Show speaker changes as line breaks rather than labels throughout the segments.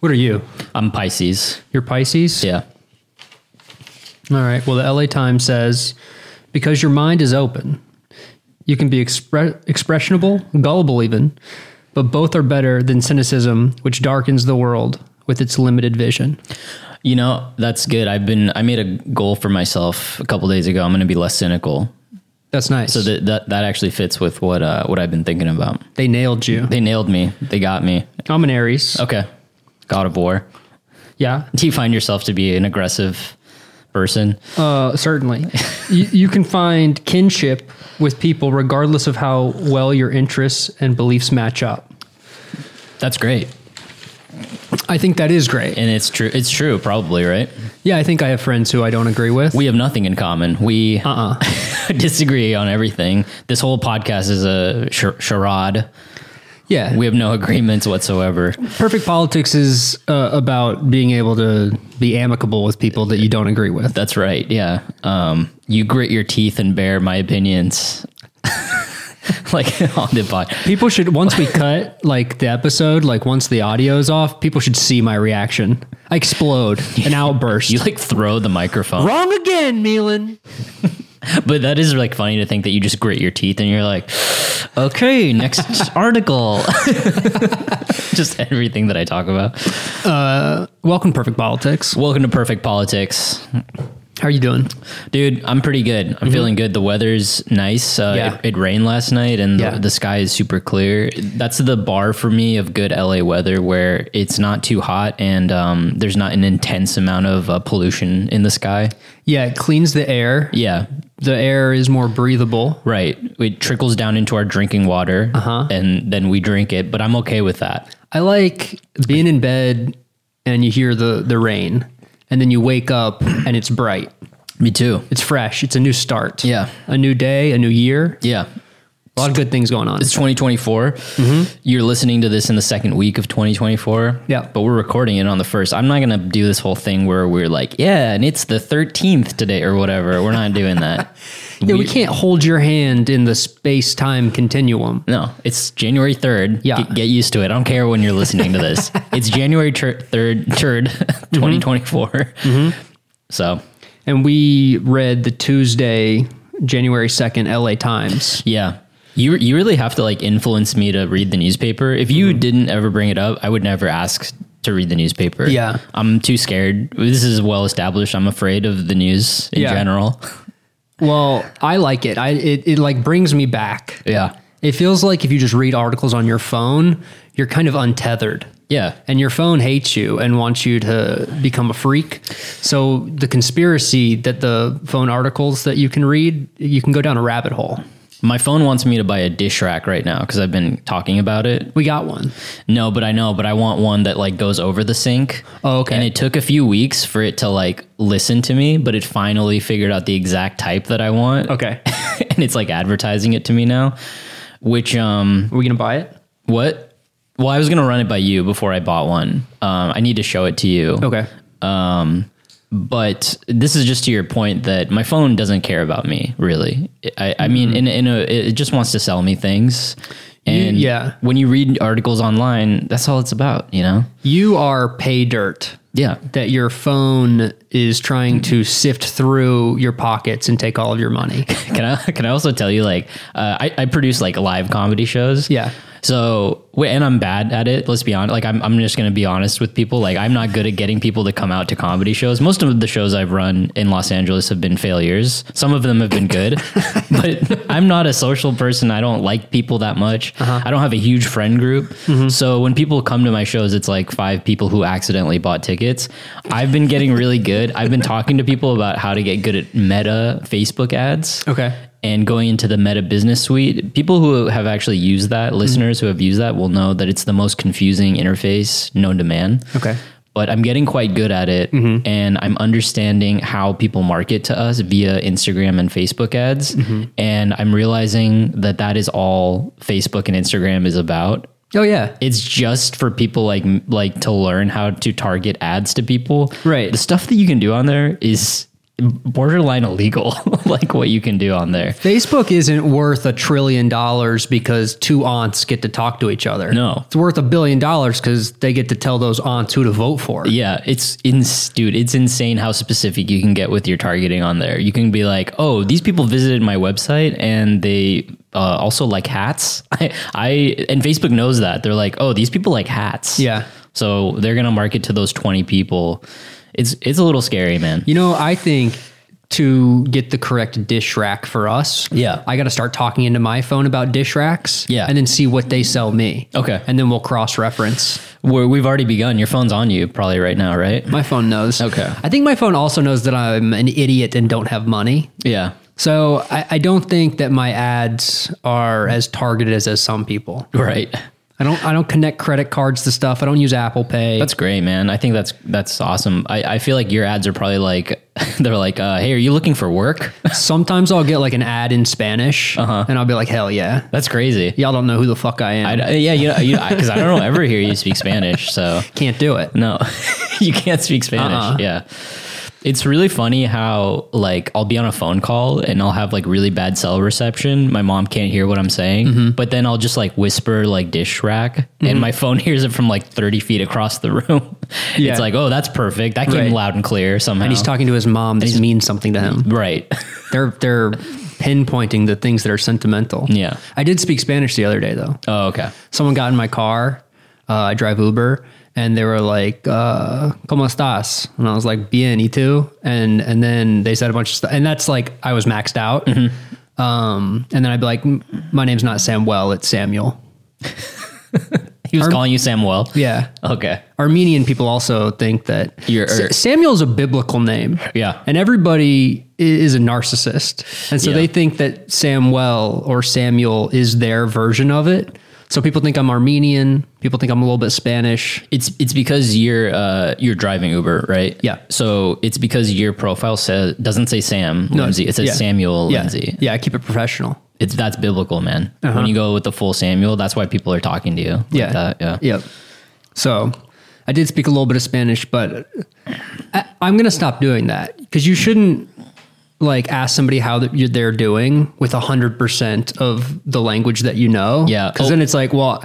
What are you?
I'm Pisces.
You're Pisces?
Yeah.
All right. Well, the LA Times says because your mind is open, you can be expre- expressionable, gullible even, but both are better than cynicism, which darkens the world with its limited vision.
You know, that's good. I've been I made a goal for myself a couple days ago. I'm going to be less cynical.
That's nice.
So that that, that actually fits with what uh, what I've been thinking about.
they nailed you.
They nailed me. They got me.
I'm an Aries.
Okay. God of War.
Yeah.
Do you find yourself to be an aggressive person?
Uh, certainly. you, you can find kinship with people regardless of how well your interests and beliefs match up.
That's great.
I think that is great.
And it's true. It's true probably, right?
Yeah, I think I have friends who I don't agree with.
We have nothing in common. We
Uh-uh.
disagree on everything. This whole podcast is a char- charade.
yeah.
We have no agreements whatsoever.
Perfect politics is uh, about being able to be amicable with people that you don't agree with.
That's right. Yeah. Um, you grit your teeth and bear my opinions. like on the pod.
People should once we cut like the episode, like once the audio is off, people should see my reaction. I explode, an outburst.
You like throw the microphone.
Wrong again, Milan.
But that is like funny to think that you just grit your teeth and you're like, okay, next article. just everything that I talk about.
Welcome, Perfect Politics.
Welcome to Perfect Politics.
How are you doing?
Dude, I'm pretty good. I'm feeling good. The weather's nice. Uh,
Mm-hmm. Yeah.
it, it rained last night and
Yeah.
the, the sky is super clear. That's the bar for me of good LA weather where it's not too hot and um, there's not an intense amount of uh, pollution in the sky.
Yeah, it cleans the air.
Yeah.
The air is more breathable.
Right. It trickles down into our drinking water
Uh-huh.
and then we drink it, but I'm okay with that.
I like being in bed and you hear the the rain, and then you wake up and it's bright.
Me too.
It's fresh. It's a new start.
Yeah.
a new day, a new year.
Yeah.
A lot of good things going on.
It's 2024. You're listening to this in the second week of 2024.
Mm-hmm. Yeah.
But we're recording it on the first. I'm not going to do this whole thing where we're like, yeah, and it's the 13th today or whatever. We're not doing that.
Yeah, we can't hold your hand in the space time continuum.
No, it's January 3rd.
Yeah.
Get, get used to it. I don't care when you're listening to this. it's January tur- 3rd, 3rd 2024.
Mm-hmm.
So,
And we read the Tuesday, January 2nd, LA Times.
yeah. You, you really have to like influence me to read the newspaper. If you
Mm-hmm.
didn't ever bring it up, I would never ask to read the newspaper.
Yeah.
I'm too scared. This is well established. I'm afraid of the news in
Yeah.
general.
Well, I like it. I it, it like brings me back.
Yeah.
It feels like if you just read articles on your phone, you're kind of untethered.
Yeah.
And your phone hates you and wants you to become a freak. So the conspiracy that the phone articles that you can read, you can go down a rabbit hole.
My phone wants me to buy a dish rack right now because I've been talking about it.
We got one.
No, but I know, but I want one that like goes over the sink.
Oh, okay.
And it took a few weeks for it to like listen to me, but it finally figured out the exact type that I want.
Okay. Are
and it's like advertising it to me now. Which um
we going to buy it?
what? Well, I was gonna run it by you before I bought one. Um, I need to show it to you.
Okay.
but this is just to your point that my phone doesn't care about me really i, I mean in, in a, it just wants to sell me things and
yeah.
when you read articles online that's all it's about you know
You are pay dirt.
yeah
that your phone is trying to sift through your pockets and take all of your money.
can i can i also tell you like uh, I, I produce like live comedy shows
Yeah.
so wait, and i'm bad at it let's be honest like I'm, I'm just gonna be honest with people like i'm not good at getting people to come out to comedy shows most of the shows i've run in los angeles have been failures some of them have been good but i'm not a social person i don't like people that much i don't have a huge friend group so when people come to my shows it's like five people who accidentally bought tickets i've been getting really good i've been talking to people about how to get good at meta facebook ads
Okay.
and going into the meta business suite people who have actually used that
Mm-hmm.
listeners who have used that will know that it's the most confusing interface known to man
Okay. Mm-hmm.
but i'm getting quite good at it and i'm understanding how people market to us via instagram and facebook ads
Mm-hmm.
and i'm realizing that that is all facebook and instagram is about
Oh yeah.
it's just for people like like to learn how to target ads to people.
Right.
The stuff that you can do on there is borderline illegal, like what you can do on there.
Facebook isn't worth a trillion dollars because two aunts get to talk to each other.
No.
It's worth a billion dollars because they get to tell those aunts who to vote for.
Yeah, it's ins- dude, it's insane how specific you can get with your targeting on there. You can be like, "Oh, these people visited my website and they uh, also like hats." I, I and Facebook knows that. They're like, "Oh, these people like hats."
Yeah.
So they're going to market to those 20 people. It's it's a little scary, man.
You know, I think to get the correct dish rack for us,
Yeah.
I got to start talking into my phone about dish racks,
Yeah.
and then see what they sell me.
Okay.
and then we'll cross reference.
We're, we've already begun. Your phone's on you probably right now, right?
My phone knows.
Okay.
I think my phone also knows that I'm an idiot and don't have money.
Yeah.
So I, I don't think that my ads are as targeted as, as some people.
Right.
I don't I don't connect credit cards to stuff. I don't use Apple Pay.
That's great, man. I think that's that's awesome. I, I feel like your ads are probably like they're like, uh, "Hey, are you looking for work?"
Sometimes I'll get like an ad in Spanish, and I'll be like, "Hell yeah,
That's crazy.
y'all don't know who the fuck I am. I
Uh-huh. I, yeah, you know, you because I don't ever hear you speak Spanish, so
can't do it."
no, you can't speak Spanish.
Uh-uh.
Yeah, it's really funny how like I'll be on a phone call and I'll have like really bad cell reception. My mom can't hear what I'm saying,
Mm-hmm.
but then I'll just like whisper like dish rack, and my phone hears it from like 30 feet across the room.
Yeah.
It's like, oh, that's perfect. That came
Right.
loud and clear somehow.
He's talking to his mom. This means something to him.
right.
They're they're pinpointing the things that are sentimental.
Yeah.
I did speak Spanish the other day though.
Oh, okay.
Someone got in my car. Uh, I drive Uber, and they were like, uh, "Cómo estás?" And I was like, "Bien, y tú?" And and then they said a bunch of stuff, and that's like I was maxed out.
Mm-hmm.
Um, and then I'd be like, "M- "My name's not Samuel, it's Samuel."
He was calling you Samuel.
Yeah.
Okay.
Armenian people also think that
You're-
Sa- Samuel's a biblical name.
Yeah.
And everybody i- is a narcissist. And so
Yeah.
they think that Samuel or Samuel is their version of it. So people think I'm Armenian. People think I'm a little bit Spanish.
It's it's because you're uh you're driving Uber, right?
Yeah.
So it's because your profile says doesn't say Sam Lindsay. It says
yeah.
Samuel
Yeah.
Lindsay.
Yeah, I keep it professional.
It's that's biblical, man. When you go with the full Samuel, that's why people are talking to you. Like
Uh-huh. Yeah.
That. Yeah.
Yep. So I did speak a little bit of Spanish, but I, I'm going to stop doing that because you shouldn't like ask somebody how that you- they're doing with 100% of the language that you know.
Yeah.
Because
Oh.
then it's like, well,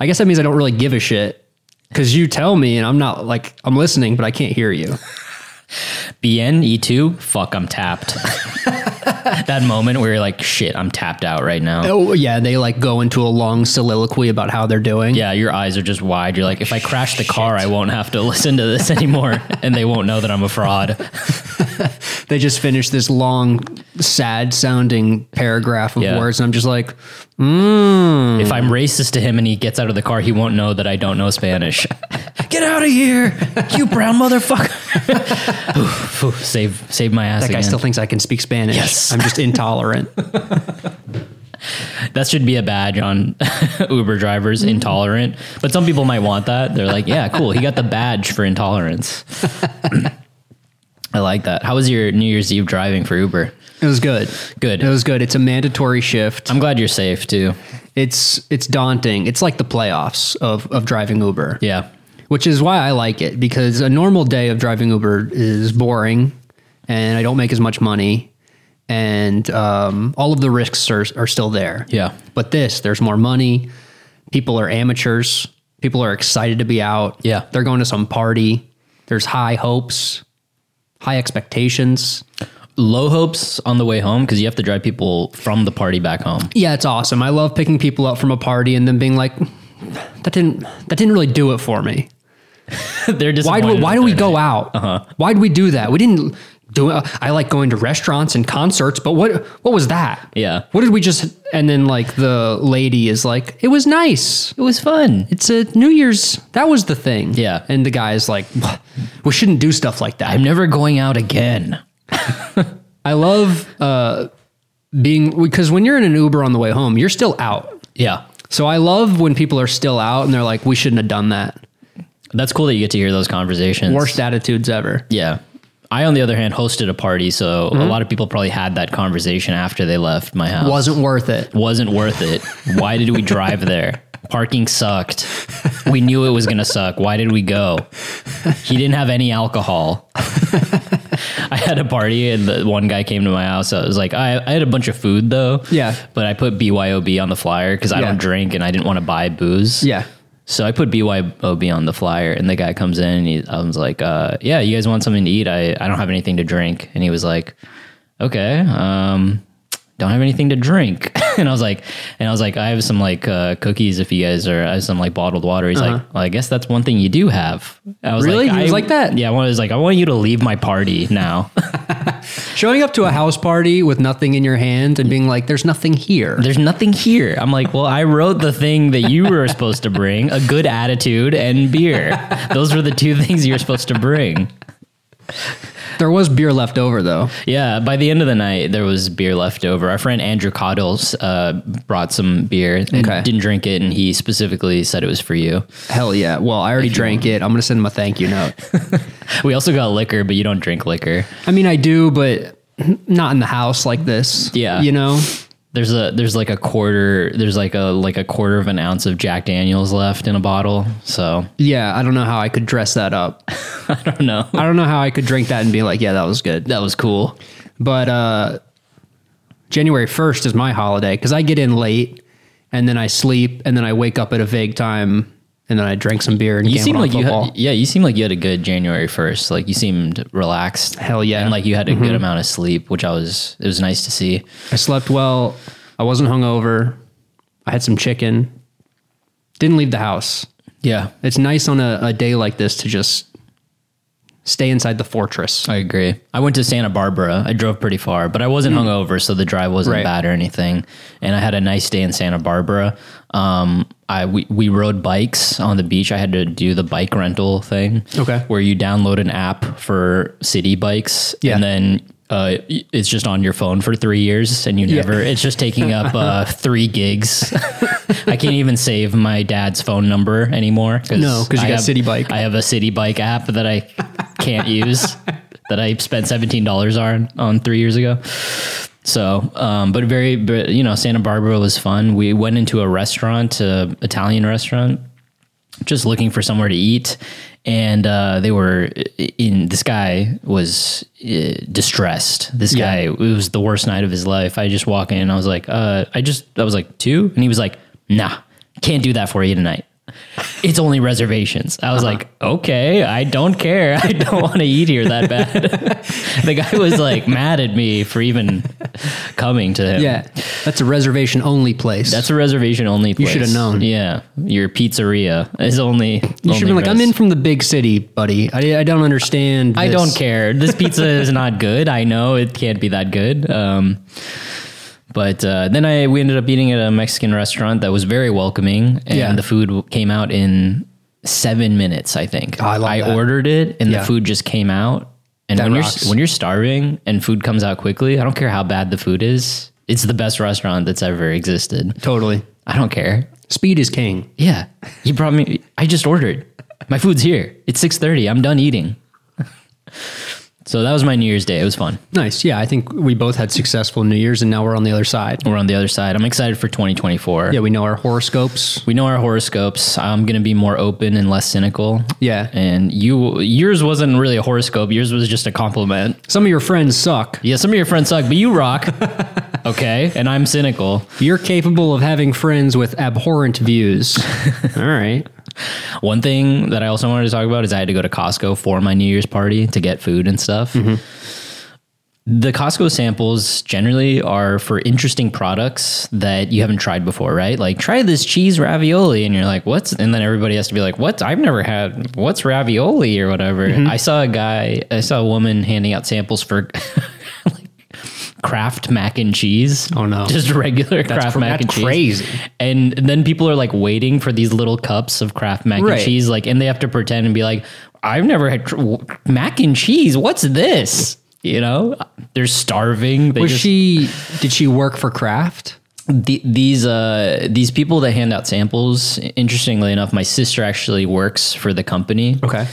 I guess that means I don't really give a shit because you tell me and I'm not like, I'm listening, but I can't hear you.
BN E two. Fuck, I'm tapped. that moment where you're like, shit, I'm tapped out right now.
Oh, yeah. They like go into a long soliloquy about how they're doing.
Yeah, your eyes are just wide. You're like, if I crash the car, I won't have to listen to this anymore, and they won't know that I'm a fraud.
They just finished this long, sad sounding paragraph of
Yeah.
words. And I'm just like,
If I'm
Hmm.
racist to him and he gets out of the car, he won't know that I don't know Spanish. Get out of here, you brown motherfucker! Oof, oof, save, save my ass
That guy
again.
still thinks I can speak Spanish.
Yes.
I'm just intolerant.
that should be a badge on Uber drivers,
Mm-hmm.
intolerant. But some people might want that. They're like, yeah, cool. He got the badge for intolerance. I like that. How was your New Year's Eve driving for Uber?
it was good.
Good.
It was good. It's a mandatory shift.
I'm glad you're safe too.
It's it's daunting. It's like the playoffs of of driving Uber.
Yeah.
Which is why I like it because a normal day of driving Uber is boring and I don't make as much money and um, all of the risks are, are still there.
Yeah.
But this, there's more money. People are amateurs. People are excited to be out.
Yeah.
They're going to some party. There's high hopes, high expectations.
Low hopes on the way home because you have to drive people from the party back home.
Yeah, it's awesome. I love picking people up from a party and then being like, that didn't that didn't really do it for me. Why
They're
do
disappointed
we, why
that
do we
they're-
go out? Why do we do that? We didn't do it. I like going to restaurants and concerts, but what what was that?
Yeah.
What did we just and then like the lady is like, "It was nice.
It was fun.
It's a New Year's. That was the thing."
Yeah.
And the guy is like, "What? "We shouldn't do stuff like that."
I'm never going out again.
I love uh being because when you're in an Uber on the way home, you're still out.
Yeah.
So I love when people are still out and they're like, we shouldn't have done that.
That's cool that you get to hear those conversations.
Worst attitudes ever.
Yeah. I, on the other hand, hosted a party, so
Mm-hmm.
a lot of people probably had that conversation after they left my house.
Wasn't worth it.
Wasn't worth it. Why did we drive there? Parking sucked. We knew it was going to suck. Why did we go? He didn't have any alcohol. I had a party and the one guy came to my house. I was like, I, I had a bunch of food though.
Yeah.
But I put BYOB on the flyer because I
Yeah.
don't drink and I didn't want to buy booze.
Yeah.
So I put BYOB on the flyer, and the guy comes in, and he, I was like, uh, "Yeah, you guys want something to eat? I, I don't have anything to drink." And he was like, "Okay, um, don't have anything to drink." and I was like, "And I was like, I have some like uh, cookies if you guys are I have some like bottled water." He's like, well, "I guess that's one thing you do have." I was
Uh-huh. Really?
like,
He was
I-
like that?
Yeah, I was like, "I want you to leave my party now."
Showing up to a house party with nothing in your hand and being like, "There's nothing here."
There's nothing here. I'm like, well, I wrote the thing that you were supposed to bring a good attitude and beer. Those were the two things you were supposed to bring.
There was beer left over though.
Yeah, by the end of the night, there was beer left over. Our friend Andrew Coddles uh, brought some beer and
Okay.
didn't drink it, and he specifically said it was for you.
Hell yeah. Well, I already drank it. I'm gonna send him a thank you note.
We also got liquor, but you don't drink liquor.
I mean, I do, but not in the house like this.
Yeah.
You know?
There's a there's like a quarter there's like a like a quarter of an ounce of Jack Daniels left in a bottle. So
Yeah. I don't know how I could dress that up.
I don't know.
I don't know how I could drink that and be like, yeah, that was good.
That was cool.
But uh, January 1st is my holiday because I get in late and then I sleep and then I wake up at a vague time and then I drink some beer and
You
gamble
seem
on
like you
football.
had, yeah you seem like you had a good January first. Like you seemed relaxed.
Hell yeah.
And like you had a
Mm-hmm.
good amount of sleep, which I was it was nice to see.
I slept well. I wasn't hungover. I had some chicken. Didn't leave the house.
Yeah,
It's nice on a, a day like this to just stay inside the fortress.
I agree. I went to Santa Barbara. I drove pretty far, but I wasn't hungover, so the drive wasn't
Hmm. Right.
bad or anything. And I had a nice day in Santa Barbara. Um, I we, we rode bikes on the beach. I had to do the bike rental thing.
Okay.
where you download an app for city bikes,
Yeah.
and then. Uh, it's just on your phone for three years, and you never. It's just taking up uh, three gigs. I can't even save my dad's phone number anymore.
No, 'cause you
I
got
have-
City Bike.
I have a city bike app that I can't use that I spent seventeen dollars on on three years ago. So, um, but very, but, you know, Santa Barbara was fun. We went into a restaurant, a Italian restaurant, just looking for somewhere to eat, and uh, they were in. This guy was uh, distressed. This guy, it was the worst night of his life. I just walk in, and I was like, uh, I just, I was like two, and he was like, Nah, can't do that for you tonight it's only reservations. I was
Uh-huh.
like, okay, I don't care. I don't want to eat here that bad. the guy was like mad at me for even coming to him.
Yeah. That's a reservation only place.
That's a reservation only place.
should have known.
Yeah. Your pizzeria is only.
you should be like, I'm in from the big city, buddy. I, I don't understand.
I
this."
don't care. This pizza is not good. I know it can't be that good. Um, but uh, then I we ended up eating at a Mexican restaurant that was very welcoming, and
Yeah.
the food w- came out in seven minutes. I think
Oh, I love that.
ordered it, and
Yeah.
the food just came out. And
That
when
rocks.
you're when you're starving and food comes out quickly, I don't care how bad the food is. It's the best restaurant that's ever existed.
Totally.
I don't care.
Speed is king.
Yeah, he brought me. I just ordered. My food's here. It's six thirty. I'm done eating. so that was my New Year's Day. It was fun.
Nice. Yeah. I think we both had successful New Year's and now we're on the other side.
We're on the other side. I'm excited for 2024.
Yeah. We know our horoscopes.
We know our horoscopes. I'm gonna be more open and less cynical.
Yeah.
And you, yours wasn't really a horoscope. Yours was just a compliment.
Some of your friends suck.
Yeah, some of your friends suck, but you rock. okay, and I'm cynical.
You're capable of having friends with abhorrent views. All right.
One thing that I also wanted to talk about is I had to go to Costco for my New Year's party to get food and stuff.
Mm-hmm.
The Costco samples generally are for interesting products that you haven't tried before, right? Like try this cheese ravioli and you're like, "What's?" and then everybody has to be like, "What? I've never had what's ravioli or whatever."
Mm-hmm.
I saw a guy, I saw a woman handing out samples for like Kraft mac and cheese.
Oh, no.
Just regular Kraft
cra-
mac
that's
and cheese.
crazy.
And then people are like waiting for these little cups of Kraft mac
Right.
and cheese, like, and they have to pretend and be like, "I've never had tr- w- mac and cheese. What's this?" You know, they're starving. They
Was
just,
she, did she work for Kraft?
the, these uh, these people that hand out samples. Interestingly enough, my sister actually works for the company.
Okay.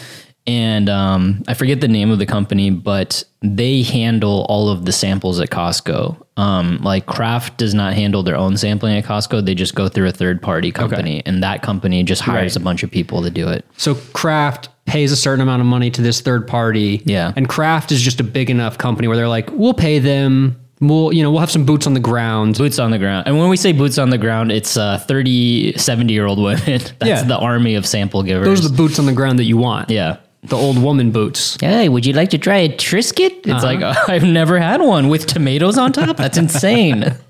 And um, I forget the name of the company, but they handle all of the samples at Costco. Um, like Kraft does not handle their own sampling at Costco; they just go through a third party company, and that company just hires a bunch of people to do it.
So Kraft pays a certain amount of money to this third party.
Yeah.
And Kraft is just a big enough company where they're like, we'll pay them. We'll, you know, we'll have some boots on the ground.
Boots on the ground. And when we say boots on the ground, it's uh, 30, 70 year old women. That's
Yeah.
the army of sample givers.
Those are the boots on the ground that you want.
yeah.
The old woman boots.
Hey, would you like to try a Triscuit? It's like,
Uh-huh.
I've never had one with tomatoes on top. That's insane.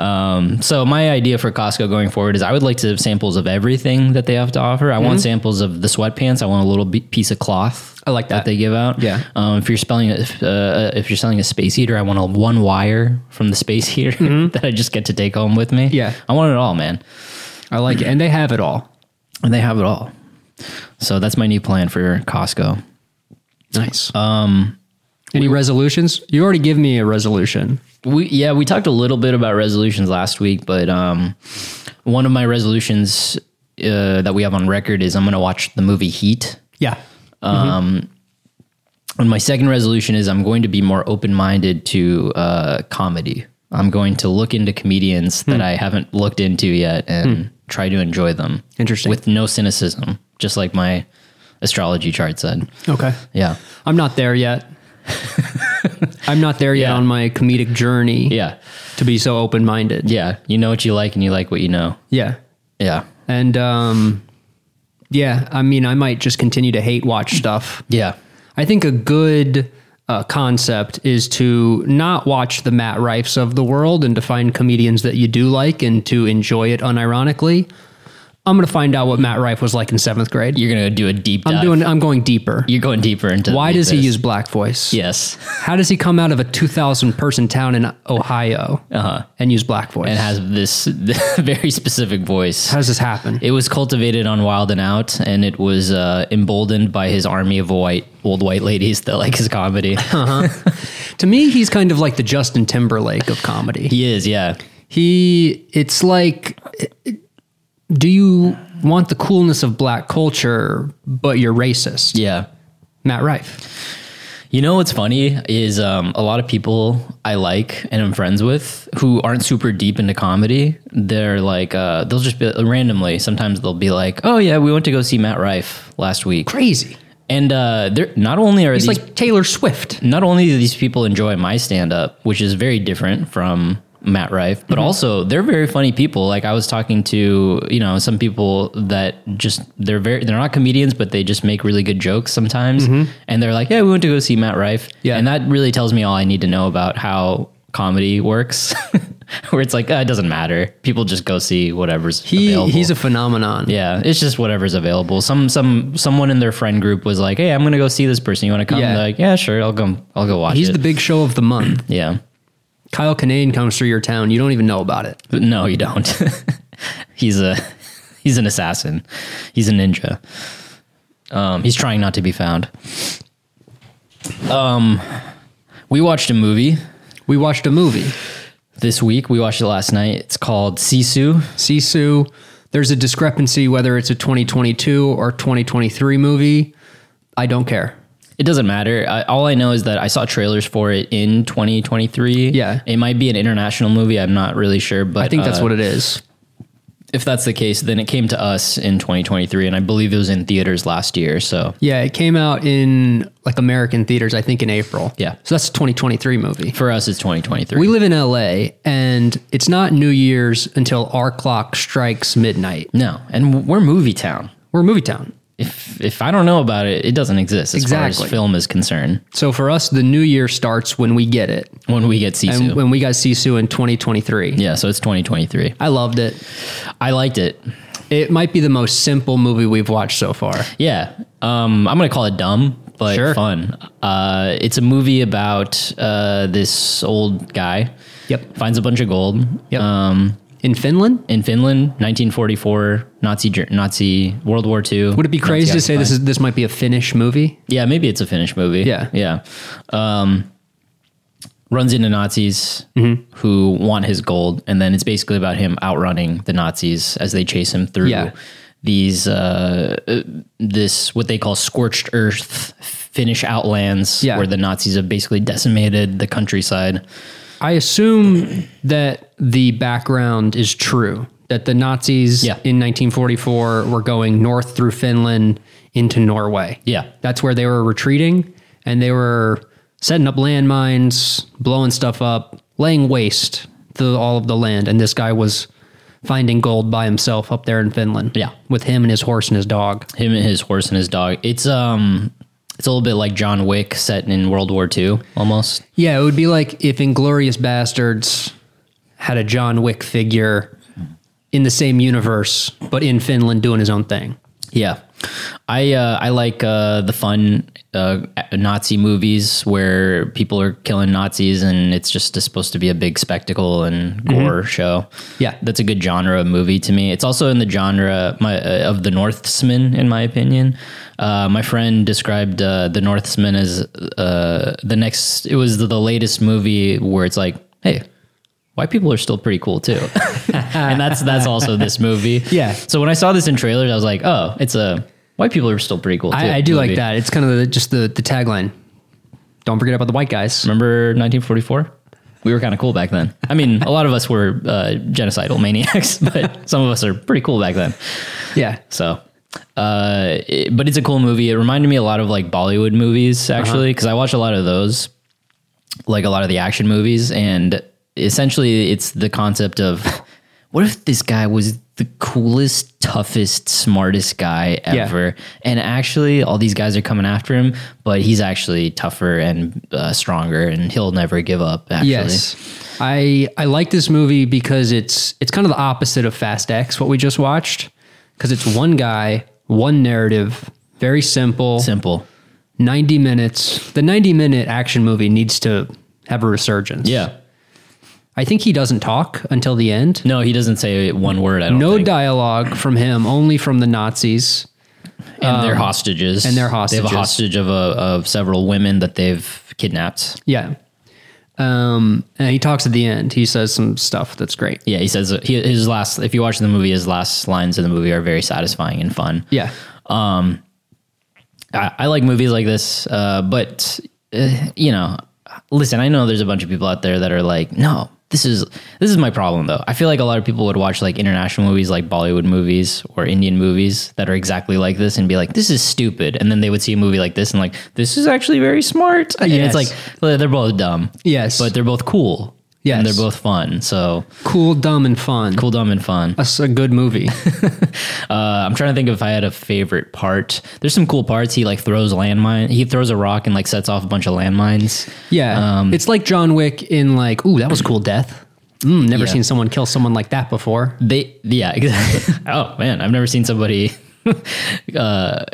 um, so, my idea for Costco going forward is I would like to have samples of everything that they have to offer. I want samples of the sweatpants. I want a little b- piece of cloth.
Mm-hmm. I like that.
they give out.
Yeah.
Um, if you're spelling if, uh, if you're selling a space heater, I want a one wire from the space heater that I just get to take home with me.
Mm-hmm. Yeah.
I want it all, man.
I like it. And they have it all.
And they have it all. So that's my new plan for Costco.
Nice. Um, Any resolutions? You already give me a resolution.
We yeah, we talked a little bit about resolutions last week, but um, one of my resolutions uh, that we have on record is I'm going to watch the movie Heat.
Yeah.
And my second resolution is I'm going to be more open minded to uh, comedy. I'm going to look into comedians
Hmm.
that I haven't looked into yet and try to enjoy them.
Interesting.
With no cynicism, just like my astrology chart said.
Okay.
Yeah.
I'm not there yet. I'm not there yet
Yeah.
on my comedic journey
Yeah.
to be so open minded.
Yeah. You know what you like and you like what you know.
Yeah.
Yeah.
And um, yeah, I mean, I might just continue to hate watch stuff.
Yeah.
I think a good uh, concept is to not watch the Matt Rifes of the world and to find comedians that you do like and to enjoy it unironically. I'm going to find out what Matt Rife was like in seventh grade.
You're going to do a deep dive.
I'm doing. I'm going deeper.
You're going deeper into
Why
the
does he
abyss.
use black voice?
Yes.
How does he come out of a 2,000 person town in Ohio
Uh-huh.
and use black voice?
It has this very specific voice.
How does this happen?
It was cultivated on Wild and Out, and it was uh, emboldened by his army of white old white ladies that like his comedy.
to me, he's kind of like the Justin Timberlake of comedy.
he is, yeah,
He, it's like, do you want the coolness of black culture, but you're racist?
yeah.
Matt Rife.
You know what's funny is um, a lot of people I like and I'm friends with who aren't super deep into comedy. They're like, uh, they'll just be randomly. Sometimes they'll be like, "Oh yeah, we went to go see Matt Rife last week,"
Crazy.
and uh, they're not only are
He's
these
like Taylor Swift.
not only do these people enjoy my stand up, which is very different from Matt Rife,
Mm-hmm.
but also they're very funny people. Like I was talking to, you know, some people that just they're very they're not comedians, but they just make really good jokes sometimes. And they're like, Yeah, we went to go see Matt Rife.
Mm-hmm. Yeah.
And that really tells me all I need to know about how comedy works. Where it's like, uh, it doesn't matter. People just go see whatever's
He,
available.
he's a phenomenon.
Yeah, it's just whatever's available. Some some someone in their friend group was like, "Hey, I'm gonna go see this person. You want to come?"
Yeah.
They're like, yeah, sure. I'll go. I'll go watch
He's
it.
the big show of the month.
yeah.
Kyle Kinane comes through your town. You don't even know about it.
But no, you don't. he's a he's an assassin. He's a ninja. Um, he's trying not to be found. Um, we watched a movie
We watched a movie.
this week. We watched it last night. It's called Sisu.
Sisu. There's a discrepancy whether it's a 2022 or 2023 movie. I don't care.
It doesn't matter. I, all I know is that I saw trailers for it in 2023.
Yeah.
it might be an international movie. I'm not really sure, but uh,
I think that's what it is.
if that's the case, then it came to us in 2023, and I believe it was in theaters last year. So
Yeah, it came out in like American theaters, I think in April.
Yeah.
So that's a 2023 movie.
for us, it's 2023.
We live in LA and it's not New Year's until our clock strikes midnight.
no, and we're movie town.
We're a movie town.
If if I don't know about it, it doesn't exist as far
Exactly.
as film is concerned.
So for us, the new year starts when we get it.
When we get Sisu,
And when we got Sisu in 2023.
yeah, so it's 2023.
I loved it.
I liked it.
It might be the most simple movie we've watched so far.
Yeah, um, I'm gonna call it dumb, but
Sure.
fun. Uh, it's a movie about uh, this old guy.
Yep.
Finds a bunch of gold.
Yep.
Um,
In Finland?
in Finland, 1944, Nazi Ger- Nazi World War II.
Would it be crazy to say
this?
this is this might be a Finnish movie?
Yeah, maybe it's a Finnish movie.
Yeah.
yeah. Um, runs into Nazis
Mm-hmm.
who want his gold, and then it's basically about him outrunning the Nazis as they chase him through
Yeah.
these uh, uh, this what they call scorched earth Finnish outlands,
Yeah.
where the Nazis have basically decimated the countryside.
I assume that the background is true. That the Nazis
Yeah.
in 1944 were going north through Finland into Norway.
Yeah.
That's where they were retreating and they were setting up landmines, blowing stuff up, laying waste to all of the land. And this guy was finding gold by himself up there in Finland.
Yeah.
With him and his horse and his dog.
Him and his horse and his dog. It's um it's a little bit like John Wick set in World War II almost.
Yeah, it would be like if Inglorious Bastards had a John Wick figure in the same universe, but in Finland doing his own thing.
Yeah, I uh, I like uh, the fun uh, Nazi movies where people are killing Nazis and it's just supposed to be a big spectacle and gore show.
Yeah.
that's a good genre of movie to me. It's also in the genre my, uh, of the Northsman, in my opinion. Uh, my friend described uh, the Northsman as uh, the next. It was the, the latest movie where it's like, hey, white people are still pretty cool too. and that's that's also this movie.
Yeah.
So when I saw this in trailers, I was like, oh, it's a white people are still pretty cool too.
I, I do like
movie.
that. It's kind of the, just the, the tagline. Don't forget about the white guys.
Remember 1944? We were kind of cool back then. I mean, a lot of us were uh, genocidal maniacs, but some of us are pretty cool back then.
Yeah.
So, uh, it- but it's a cool movie. It reminded me a lot of like Bollywood movies
Uh-huh.
actually, because I watch a lot of those, like a lot of the action movies, and essentially it's the concept of what if this guy was the coolest, toughest, smartest guy
Yeah.
ever, and actually all these guys are coming after him, but he's actually tougher and uh, stronger, and he'll never give up. Actually,
Yes. I I like this movie because it's it's kind of the opposite of Fast X, what we just watched, because it's one guy, one narrative, very simple,
simple.
90 minutes. The 90 minute action movie needs to have a resurgence.
Yeah.
I think he doesn't talk until the end.
No, he doesn't say one word. I don't
No
think.
dialogue from him, only from the Nazis.
and they're hostages.
Um, and they're
They have a
hostages.
hostage of a, of several women that they've kidnapped.
Yeah. Um, and he talks at the end. He says some stuff that's great.
Yeah, he says uh, he, his last. If you watch the movie, his last lines in the movie are very satisfying and fun.
Yeah.
I, I like movies like this, uh, but uh, you know, listen, I know there's a bunch of people out there that are like, no, this is this is my problem though. I feel like a lot of people would watch like international movies, like Bollywood movies or Indian movies that are exactly like this, and be like, this is stupid, and then they would see a movie like this and like, this is actually very smart. And
yes.
it's like well, they're both dumb.
Yes.
but they're both cool.
Yes.
and they're both fun. So
Cool, dumb, and fun.
cool, dumb, and fun.
That's a good movie.
Uh, I'm trying to think if I had a favorite part. There's some cool parts. He like throws landmine. He throws a rock and like sets off a bunch of landmines.
Yeah,
Um,
it's like John Wick in like, ooh, that was cool death. Mm, never
Yeah.
seen someone kill someone like that before.
They yeah. exactly. oh man, I've never seen somebody uh,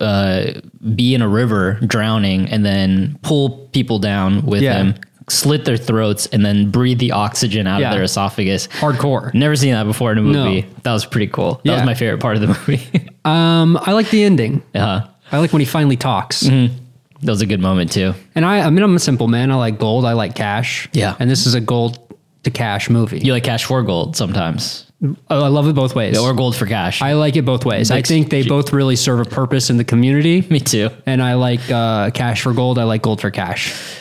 uh, be in a river drowning and then pull people down with
Yeah.
them, slit their throats, and then breathe the oxygen out
Yeah.
of their esophagus.
Hardcore.
Never seen that before in a
No.
movie. That was pretty cool. That
Yeah.
was my favorite part of the movie.
Um, I like the ending.
uh,
I like when he finally talks.
Mm-hmm. that was a good moment too.
And I, I mean, I'm a simple man. I like gold. I like cash.
Yeah.
and this is a gold to cash movie.
You like cash for gold sometimes,
I I love it both ways.
or gold for cash.
I like it both ways. I
Makes-
think they both really serve a purpose in the community.
Me too.
And I like uh, cash for gold. I like gold for cash.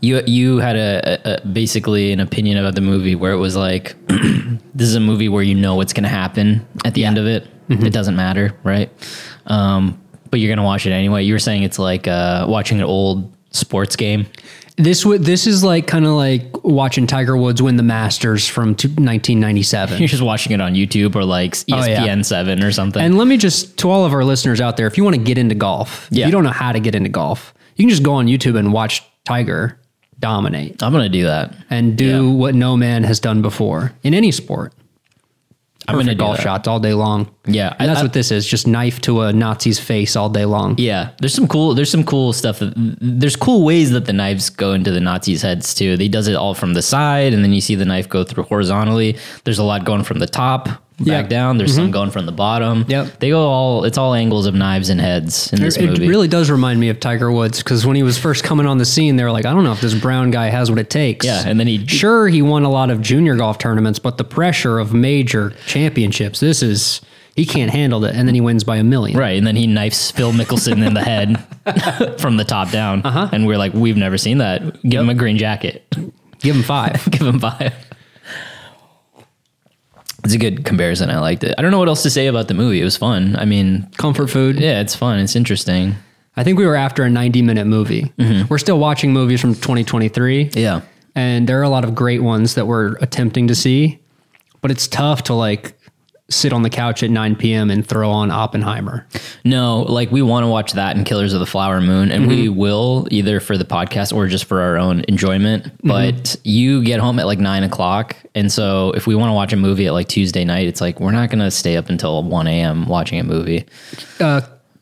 You you had a, a, a basically an opinion about the movie where it was like, this is a movie where you know what's going to happen at the end of it.
Mm-hmm.
It doesn't matter, right? Um, but you're going to watch it anyway. You were saying it's like uh, watching an old sports game.
This would. This is like kind of like watching Tiger Woods win the Masters from t- 1997.
You're just watching it on YouTube or like
Oh,
E
yeah.
ESPN Seven or something.
And let me just to all of our listeners out there, if you want to get into golf, if
Yeah.
you don't know how to get into golf, you can just go on YouTube and watch Tiger dominate
I'm going to do that.
and do
Yeah.
what no man has done before in any sport.
I'm going to
Perfect golf shots all day long.
Yeah,
And
I-
that's
I-
what this is, just knife to a Nazi's face all day long.
Yeah, there's some cool there's some cool stuff. That, there's cool ways that the knives go into the Nazis' heads too. They does it all from the side, and then you see the knife go through horizontally. There's a lot going from the top back
Yeah. Mm-hmm.
down. There's some going from the bottom.
Yep.
they go all. It's all angles of knives and heads in this
It
movie.
really does remind me of Tiger Woods because when he was first coming on the scene, they were like, I don't know if this brown guy has what it takes.
yeah, and then he
Sure, he won a lot of junior golf tournaments, but the pressure of major championships, this is, he can't handle it. And then he wins by a million.
right, and then he knifes Phil Mickelson in the head from the top down. Uh-huh. And we're like, we've never seen that. Give him a green jacket.
Give him five.
Give him five. It's a good comparison. I liked it. I don't know what else to say about the movie. It was fun. I mean,
Comfort food.
yeah, it's fun. It's interesting.
I think we were after a 90 minute movie. We're still watching movies from 2023.
Mm-hmm. Yeah.
And there are a lot of great ones that we're attempting to see, but it's tough to like sit on the couch at 9 p.m. and throw on Oppenheimer.
No, like we want to watch that and Killers of the Flower Moon, and we
Mm-hmm.
will either for the podcast or just for our own enjoyment.
Mm-hmm.
But you get home at like nine o'clock, and so if we want to watch a movie at like Tuesday night, it's like we're not going to stay up until one a.m. watching a movie.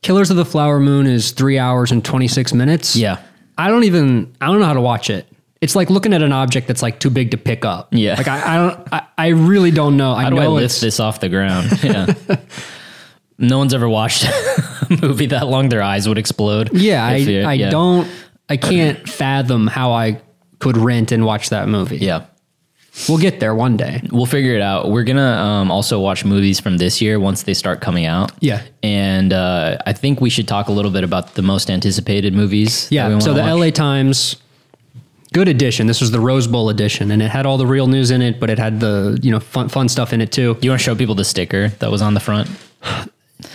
Killers of the Flower Moon is three hours and 26 minutes.
Yeah,
I don't even I don't know how to watch it. It's like looking at an object that's like too big to pick up.
Yeah.
Like I, I don't I, I really don't know. I
how do
know
I lift
it's
this off the ground? Yeah, no one's ever watched a movie that long; their eyes would explode.
Yeah, I,
if you-
I
yeah.
don't I can't fathom how I could rent and watch that movie.
Yeah.
We'll get there one day.
We'll figure it out. We're gonna um, also watch movies from this year once they start coming out.
Yeah.
and uh, I think we should talk a little bit about the most anticipated movies. that we
Yeah.
wanna
So the
watch.
LA Times good edition. This was the Rose Bowl edition and it had all the real news in it, but it had the, you know, fun fun stuff in it too.
You want to show people the sticker that was on the front?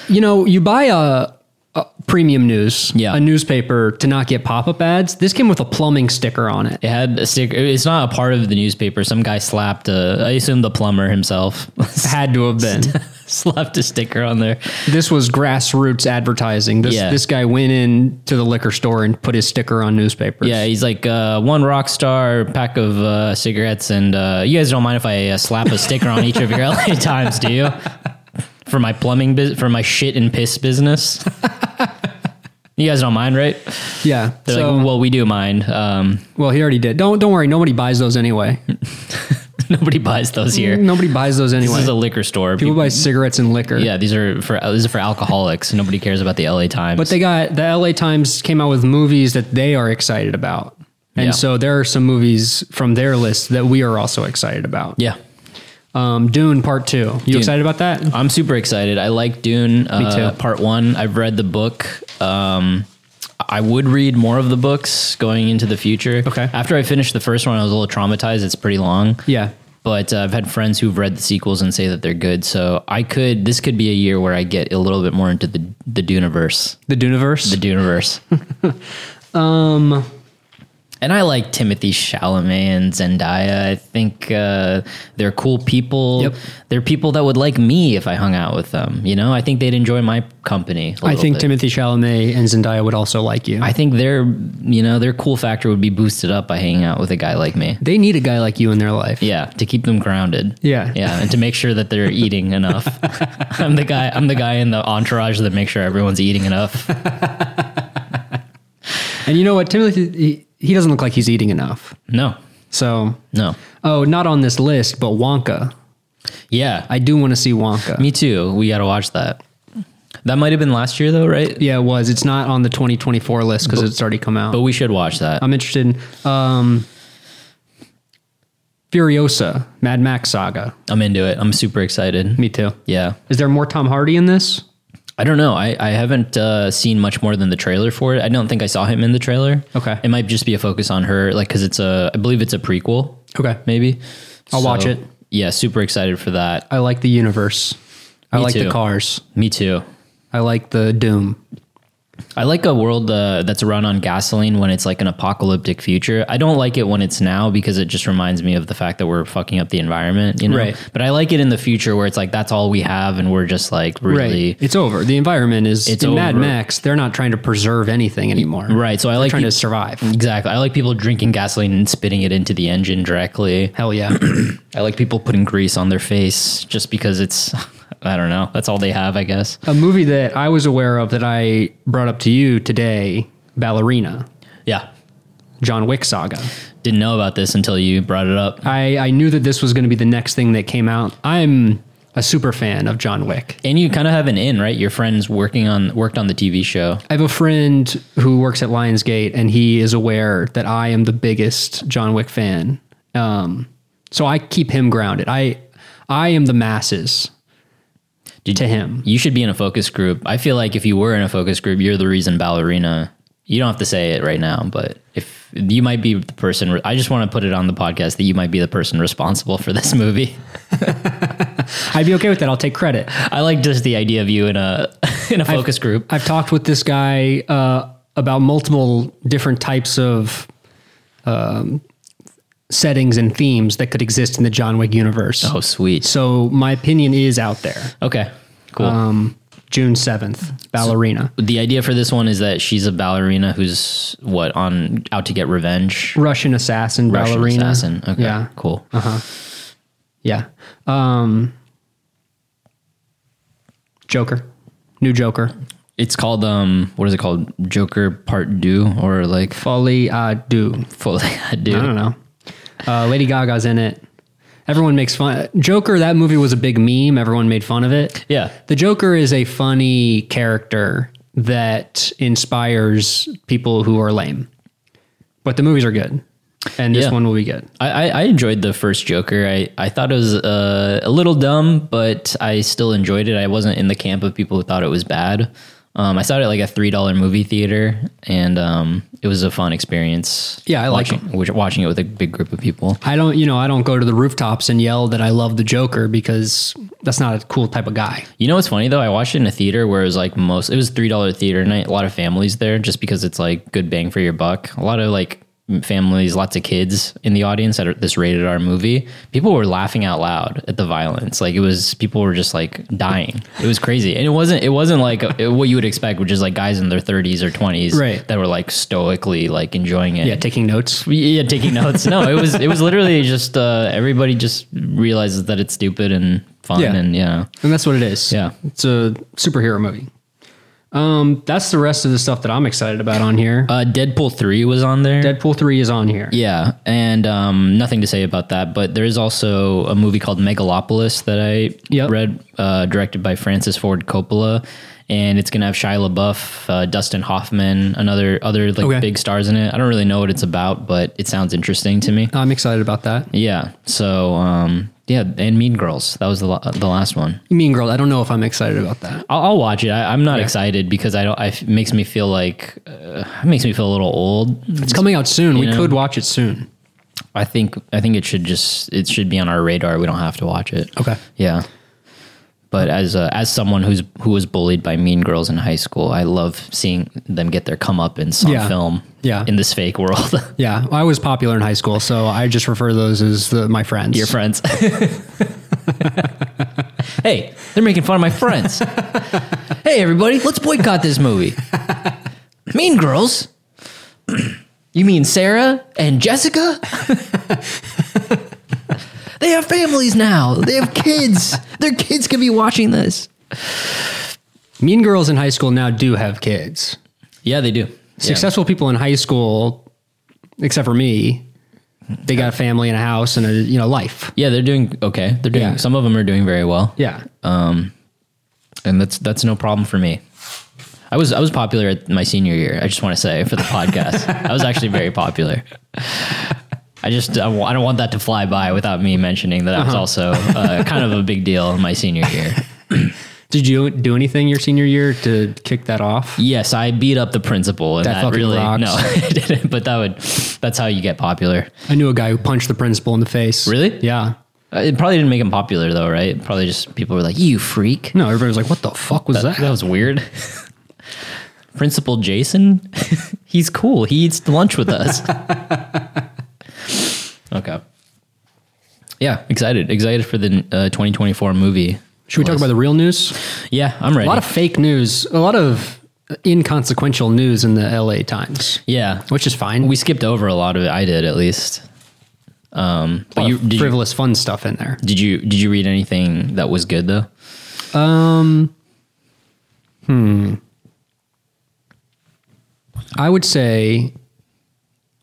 You know, you buy a, a premium news,
Yeah.
a newspaper to not get pop-up ads. This came with a plumbing sticker on it.
It had a sticker. It's not a part of the newspaper. Some guy slapped. A, I assume the plumber himself
Had to have been.
slapped a sticker on there.
this was grassroots advertising. This
Yeah.
this guy went in to the liquor store and put his sticker on newspapers.
Yeah, he's like uh, one rock star, pack of uh, cigarettes, and uh, you guys don't mind if I uh, slap a sticker on each of your LA Times, do you? For my plumbing, bus for my shit and piss business. you guys don't mind, right?
yeah.
They're
so
like, well, we do mind. Um,
well, he already did. Don't don't worry. Nobody buys those anyway.
nobody buys those here.
Nobody buys those anyway.
This is a liquor store.
People
People-
buy cigarettes and liquor.
yeah, these are for these are for alcoholics. Nobody cares about the LA Times.
But they got the LA Times came out with movies that they are excited about, and
Yeah.
so there are some movies from their list that we are also excited about.
yeah,
Um, Dune Part Two. You excited about that?
I'm super excited. I like Dune. uh,
too.
Part one. I've read the book. Um, I would read more of the books going into the future.
Okay.
After I finished the first one, I was a little traumatized. It's pretty long.
Yeah.
But uh, I've had friends who've read the sequels and say that they're good. So I could. This could be a year where I get a little bit more into the the Duneverse.
The Duneverse.
The Duneverse. um.
Um,
And I like Timothy Chalamet and Zendaya. I think uh, they're cool people.
Yep.
They're people that would like me if I hung out with them. You know, I think they'd enjoy my company. I
I think Timothy Chalamet and Zendaya would also like you.
I think their you know their cool factor would be boosted up by hanging out with a guy like me.
they need a guy like you in their life.
Yeah, to keep them grounded.
Yeah.
yeah, and to make sure that they're eating enough. I'm the guy. I'm the guy in the entourage that makes sure everyone's eating enough.
And you know what? Timothy, he, he doesn't look like he's eating enough.
No,
So,
no.
oh, not on this list, but Wonka.
Yeah,
I do want to see Wonka.
Me too. We got to watch that. That might have been last year though, right?
Yeah, it was. It's not on the 2024 list because it's already come out.
But we should watch that.
I'm interested in um, Furiosa, Mad Max Saga.
I'm into it. I'm super excited.
Me too.
Yeah.
Is there more Tom Hardy in this?
I don't know. I, I haven't uh, seen much more than the trailer for it. I don't think I saw him in the trailer.
Okay.
It might just be a focus on her, like, because it's a, I believe it's a prequel,
Okay.
maybe.
I'll watch it.
Yeah. Super excited for that.
I like the universe. I
Me
like
too.
the cars.
Me too.
I like the Doom.
I like a world uh, that's run on gasoline when it's like an apocalyptic future. I don't like it when it's now because it just reminds me of the fact that we're fucking up the environment, you know.
Right.
But I like it in the future where it's like that's all we have, and we're just like really
It's over. The environment is
It's
in Mad
over.
Max. They're not trying to preserve anything anymore.
right. So I like
Trying to
peop-
survive.
exactly. I like people drinking gasoline and spitting it into the engine directly.
Hell yeah.
I like people putting grease on their face just because it's I don't know. That's all they have, I guess.
a movie that I was aware of that I brought up to you today, Ballerina,
Yeah.
John Wick saga.
Didn't know about this until you brought it up.
I, I knew that this was going to be the next thing that came out. I'm a super fan of John Wick.
And you kind of have an in, right? Your friends working on worked on the TV show.
I have a friend who works at Lionsgate, and he is aware that I am the biggest John Wick fan. Um, so I keep him grounded. I I am the masses
Did-
to him.
You should be in a focus group. I feel like if you were in a focus group, you're the reason ballerina. You don't have to say it right now, but if you might be the person. I just want to put it on the podcast that you might be the person responsible for this movie.
I'd be okay with that. I'll take credit.
I like just the idea of you in a in a focus group.
I've talked with this guy uh, about multiple different types of um, settings and themes that could exist in the John Wick universe.
Oh, sweet.
So my opinion is out there.
Okay, cool.
Um, June seventh, ballerina,
the idea for this one is that she's a ballerina who's what on out to get revenge.
Russian assassin,
Russian
ballerina,
assassin. Okay,
Yeah, Uh-huh.
cool.
yeah. Um, Joker, new Joker,
It's called um, what is it called? Joker Part Two or like
Folly à deux.
Fully I Do.
I don't know. Uh, Lady Gaga's in it. Everyone makes fun. Joker. That movie was a big meme. Everyone made fun of it.
Yeah.
The Joker is a funny character that inspires people who are lame. But the movies are good. And this
Yeah.
one will be good.
I, I, I enjoyed the first Joker. I, I thought it was uh, a little dumb, but I still enjoyed it. I wasn't in the camp of people who thought it was bad. Um, I saw it at like a three dollar movie theater, and um, it was a fun experience.
Yeah, I like
watching, which- watching it with a big group of people.
I don't, you know, I don't go to the rooftops and yell that I love the Joker because that's not a cool type of guy.
You know what's funny though? I watched it in a theater where it was like most. It was three dollar theater night. A lot of families there, just because it's like good bang for your buck. A lot of like families, lots of kids in the audience at this rated R movie. People were laughing out loud at the violence. Like it was, people were just like dying. It was crazy, and it wasn't. It wasn't like what you would expect, which is like guys in their thirties or twenties
Right.
that were like stoically like enjoying it.
Yeah, taking notes.
Yeah, taking notes. No, it was it was literally just uh, everybody just realizes that it's stupid and fun
Yeah.
and yeah.
And that's what it is.
Yeah.
It's a superhero movie. Um, that's the rest of the stuff that I'm excited about on here.
Uh, Deadpool three was on there.
Deadpool 3 is on here.
yeah, and um, nothing to say about that. But there is also a movie called Megalopolis that I
Yep.
read, uh, directed by Francis Ford Coppola, and it's gonna have Shia LaBeouf, uh, Dustin Hoffman, another other like
Okay.
big stars in it. I don't really know what it's about, but it sounds interesting to me.
I'm excited about that.
Yeah. So um, yeah, and Mean Girls. That was the la- the last one.
Mean Girl, I don't know if I'm excited about that.
I'll, I'll watch it. I, I'm not excited because I don't. I, it makes me feel like uh, it makes me feel a little old.
It's coming out soon. we
know.
could watch it soon.
I think I think it should just it should be on our radar. We don't have to watch it.
Okay.
Yeah. But as uh, as someone who's who was bullied by mean girls in high school, I love seeing them get their comeuppance on
Yeah.
film.
Yeah.
In this fake world,
Yeah, I was popular in high school, so I just refer to those as the, my friends.
your friends. hey, they're making fun of my friends. hey, everybody, let's boycott this movie. Mean girls. you mean Sarah and Jessica? they have families now. They have kids. Their kids could be watching this.
mean girls in high school now do have kids.
Yeah, they do.
Successful people in high school, except for me, they got a family and a house and a you know life.
Yeah, they're doing okay. They're doing.
Yeah.
Some of them are doing very well.
Yeah,
and that's that's no problem for me. I was I was popular at my senior year. I just want to say for the podcast, I was actually very popular. I just I, wa- I don't want that to fly by without me mentioning that I
Uh-huh.
was also uh, kind of a big deal in my senior year.
did you do anything your senior year to kick that off?
Yes, I beat up the principal, and
That
that,
fucking
really
rocks.
no, I didn't. But that would that's how you get popular.
I knew a guy who punched the principal in the face.
Really?
Yeah.
Uh, It probably didn't make him popular though, right? Probably just people were like, "You freak."
No, everybody was like, "What the fuck was that?"
That was weird. Principal Jason, he's cool. He eats lunch with us. okay. Yeah, excited. Excited for the uh, 2024 movie.
Should we talk about the real news?
Yeah, I'm ready.
A lot of fake news, a lot of inconsequential news in the LA Times,
yeah.
which is fine.
We skipped over a lot of it. I did at least. Um, but you did, you
frivolous fun stuff in there.
did you did you read anything that was good though?
I would say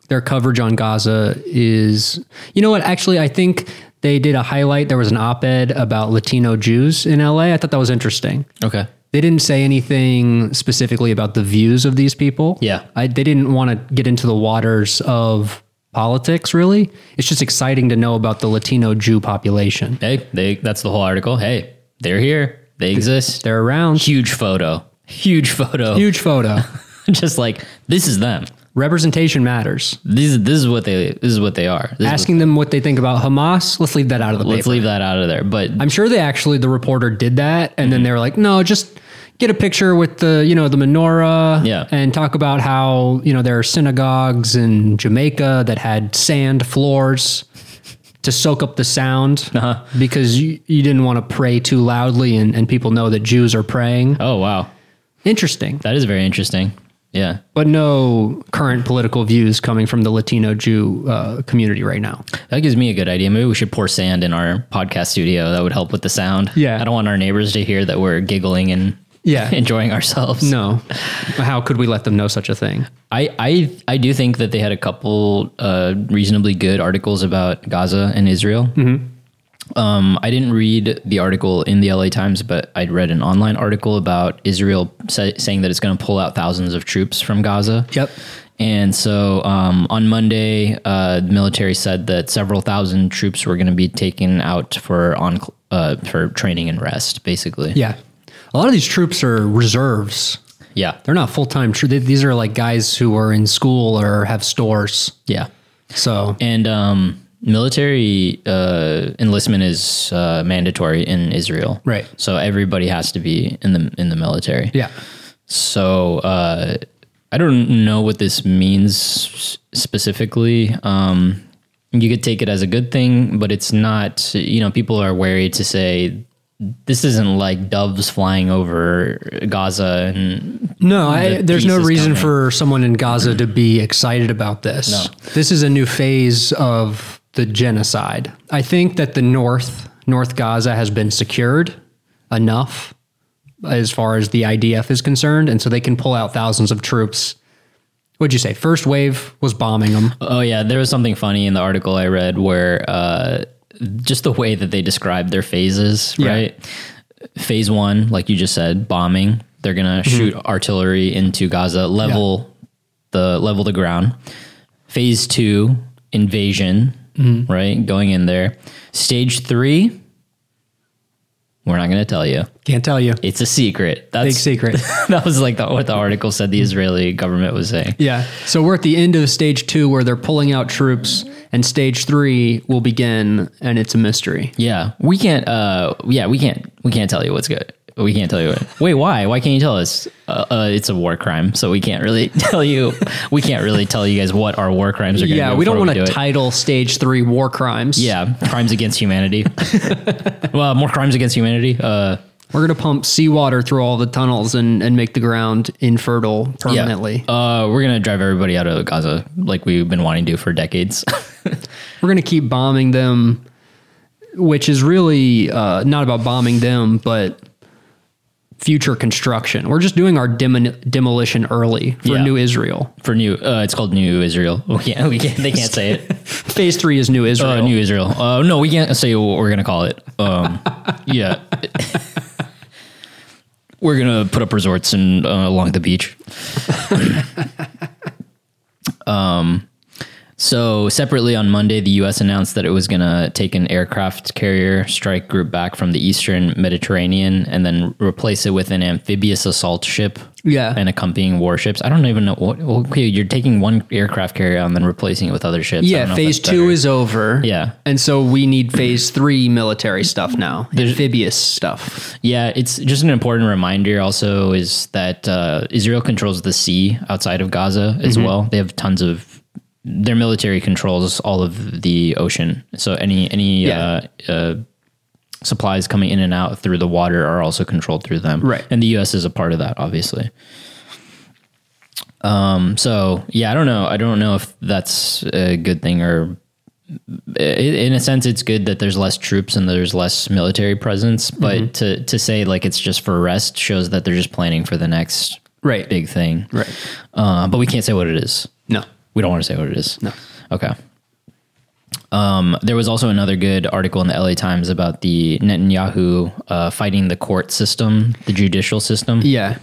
their coverage on Gaza is, you know what? Actually, I think they did a highlight. There was an op ed about Latino Jews in LA. I thought that was interesting.
Okay.
They didn't say anything specifically about the views of these people.
Yeah.
I, they didn't want to get into the waters of politics, really. It's just exciting to know about the Latino Jew population.
Hey, they that's the whole article. Hey, they're here. They exist.
They're around.
Huge photo. Huge photo.
Huge photo.
just like this is them
Representation matters.
These this is what they this is what they are. This is
Asking them what they think about Hamas, let's leave that out of the
what-
paper.
let's leave that out of there. But
I'm sure they actually the reporter did that, and then they were like, "No, just get a picture with the you know the menorah,
Yeah.
and talk about how you know there are synagogues in Jamaica that had sand floors to soak up the sound because you, you didn't want to pray too loudly, and, and people know that Jews are praying.
oh wow,
Interesting,
that is very interesting. Yeah.
but no current political views coming from the Latino Jew uh, community right now.
That gives me a good idea. Maybe we should pour sand in our podcast studio. That would help with the sound.
Yeah.
I don't want our neighbors to hear that we're giggling and
Yeah.
enjoying ourselves.
No, how could we let them know such a thing?
I, I I do think that they had a couple uh, reasonably good articles about Gaza and Israel.
Mm-hmm.
Um, I didn't read the article in the LA Times, but I'd read an online article about Israel sa- saying that it's going to pull out thousands of troops from Gaza.
Yep.
And so um, on Monday, uh, the military said that several thousand troops were going to be taken out for on uh, for training and rest, basically.
Yeah. A lot of these troops are reserves.
yeah,
They're not full time. Tr- they- these are like guys who are in school or have stores.
yeah.
So
And um, military uh, enlistment is uh, mandatory in Israel,
Right.
So everybody has to be in the in the military.
yeah,
So uh, I don't know what this means s- specifically. Um, you could take it as a good thing, but it's not. You know, people are wary to say this isn't like doves flying over Gaza, and
no, I,
The
there's
peace
no
is
reason
coming.
for someone in Gaza to be excited about this. This is a new phase of the genocide. I think that the North North Gaza has been secured enough as far as the IDF is concerned, and so they can pull out thousands of troops. What'd you say? First wave was bombing them.
oh yeah, there was something funny in the article I read where uh, just the way that they described their phases, right? Phase one, like you just said, bombing. They're gonna
Mm-hmm.
shoot artillery into Gaza, level the level the ground. Phase two, invasion,
Mm-hmm.
right? Going in there. Stage three, we're not gonna tell you.
Can't tell you.
It's a secret. That's
Big secret.
that was like the, what the article said the Israeli government was saying.
Yeah. So we're at the end of stage two where they're pulling out troops, and stage three will begin, and it's a mystery.
Yeah, we can't. Uh, yeah, we can't. We can't tell you what's good. We can't tell you. What, wait, why? Why can't you tell us? Uh, uh, it's a war crime, so we can't really tell you. We can't really tell you guys what our war crimes are. Gonna
Yeah,
be
we don't
before
want to
do it.
title stage three war crimes.
Yeah, crimes against humanity. well, more crimes against humanity. Uh,
We're going to pump seawater through all the tunnels and, and make the ground infertile
yeah.
permanently.
Uh, we're gonna drive everybody out of Gaza like we've been wanting to for decades.
We're going to keep bombing them, which is really uh, not about bombing them, but future construction. We're just doing our demon- demolition early for
Yeah.
New Israel.
for new, uh, it's called New Israel. We can't. We can't. They can't say it.
Phase three is New Israel.
Uh, New Israel. Uh, no, we can't say what we're gonna call it. Um, yeah, we're gonna put up resorts and uh, along the beach. um, Um, so separately on Monday, the U.S. announced that it was gonna take an aircraft carrier strike group back from the Eastern Mediterranean and then replace it with an amphibious assault ship.
Yeah.
and accompanying warships. I don't even know what. Okay, you're taking one aircraft carrier and then replacing it with other ships. I don't know
Yeah,
if
phase
that's
two
better.
is over.
Yeah.
And so we need phase three military stuff now, amphibious stuff.
Yeah, it's just an important reminder. Also, is that uh, Israel controls the sea outside of Gaza as well. They have tons of their military controls all of the ocean. So any any
Yeah.
uh, uh, supplies coming in and out through the water are also controlled through them.
Right.
and the U.S. is a part of that, obviously. Um. So yeah, I don't know. I don't know if that's a good thing or i- in a sense it's good that there's less troops and there's less military presence but
Mm-hmm.
to to say like it's just for rest shows that they're just planning for the next
Right.
big thing
Right.
uh, but we can't say what it is
No.
we don't want to say what it is
No.
okay um, there was also another good article in the LA Times about the Netanyahu uh, fighting the court system, the judicial system
Yeah.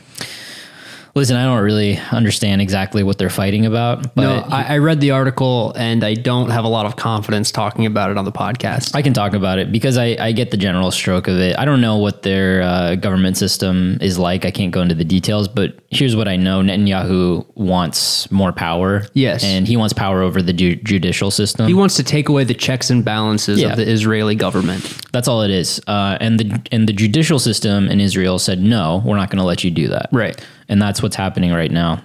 Listen, I don't really understand exactly what they're fighting about, but
No, I, I read the article and I don't have a lot of confidence talking about it on the podcast.
I can talk about it because I, I get the general stroke of it. I don't know what their uh, government system is like. I can't go into the details, but here's what I know Netanyahu wants more power.
Yes.
And he wants power over the ju- judicial system.
He wants to take away the checks and balances
Yeah.
of the Israeli government.
That's all it is. Uh, and the and the judicial system in Israel said no, we're not going to let you do that.
Right.
And that's what's happening right now.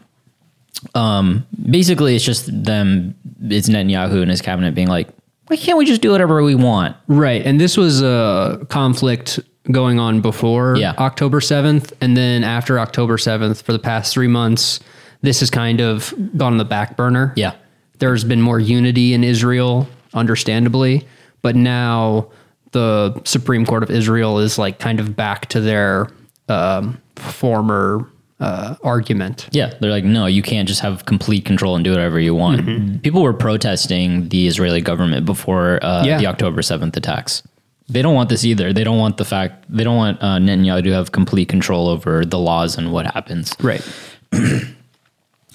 Um, basically, it's just them. It's Netanyahu and his cabinet being like, why can't we just do whatever we want?
Right. And this was a conflict going on before
Yeah.
October 7th. And then after October 7th, for the past three months, this has kind of gone on the back burner.
Yeah.
There's been more unity in Israel, understandably. But now the Supreme Court of Israel is like kind of back to their um, former uh, argument.
Yeah, they're like, no, you can't just have complete control and do whatever you want.
Mm-hmm.
People were protesting the Israeli government before uh,
Yeah.
the October 7th attacks. They don't want this either. They don't want the fact, they don't want uh, Netanyahu to have complete control over the laws and what happens.
Right.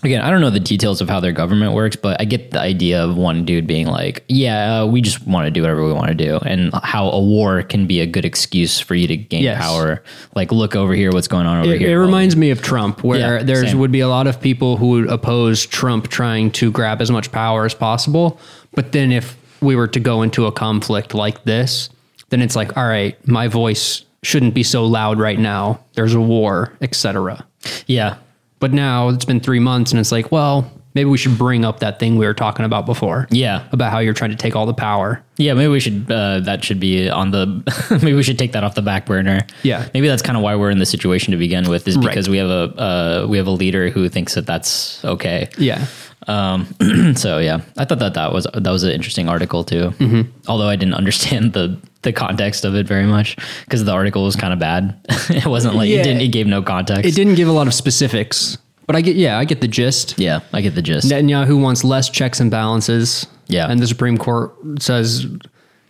Again, I don't know the details of how their government works, but I get the idea of one dude being like, yeah, uh, we just want to do whatever we want to do, and how a war can be a good excuse for you to gain
Yes.
power. Like, look over here, what's going on over
It,
here.
it
Well,
reminds me of Trump, where
Yeah,
there's
same.
would be a lot of people who would oppose Trump trying to grab as much power as possible. But then if we were to go into a conflict like this, then it's like, all right, my voice shouldn't be so loud right now. There's a war, etc.
yeah.
But now it's been three months, and it's like, well, maybe we should bring up that thing we were talking about before.
Yeah.
about how you're trying to take all the power.
Yeah, maybe we should. Uh, that should be on the. maybe we should take that off the back burner.
Yeah.
maybe that's kind of why we're in the situation to begin with, is
Right.
because we have a uh, we have a leader who thinks that that's okay.
Yeah,
so yeah, I thought that that was that was an interesting article too.
Mm-hmm.
Although I didn't understand the the context of it very much because the article was kind of bad. it wasn't like
Yeah.
it didn't. It gave no context.
it didn't give a lot of specifics, but I get. Yeah, I get the gist.
Yeah, I get the gist.
Netanyahu wants less checks and balances.
Yeah.
And the Supreme Court says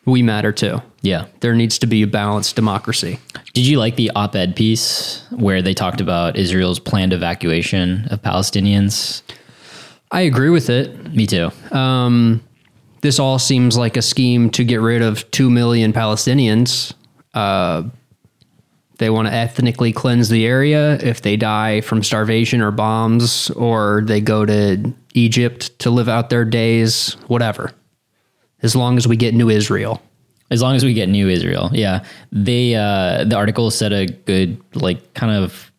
we matter too.
yeah.
There needs to be a balanced democracy.
Did you like the op-ed piece where they talked about Israel's planned evacuation of Palestinians?
I agree with it.
Me too.
This all seems like a scheme to get rid of 2 million Palestinians. Uh, they want to ethnically cleanse the area. If they die from starvation or bombs, or they go to Egypt to live out their days, whatever. As long as we get new Israel.
As long as we get new Israel, yeah. They uh, the article said a good like kind of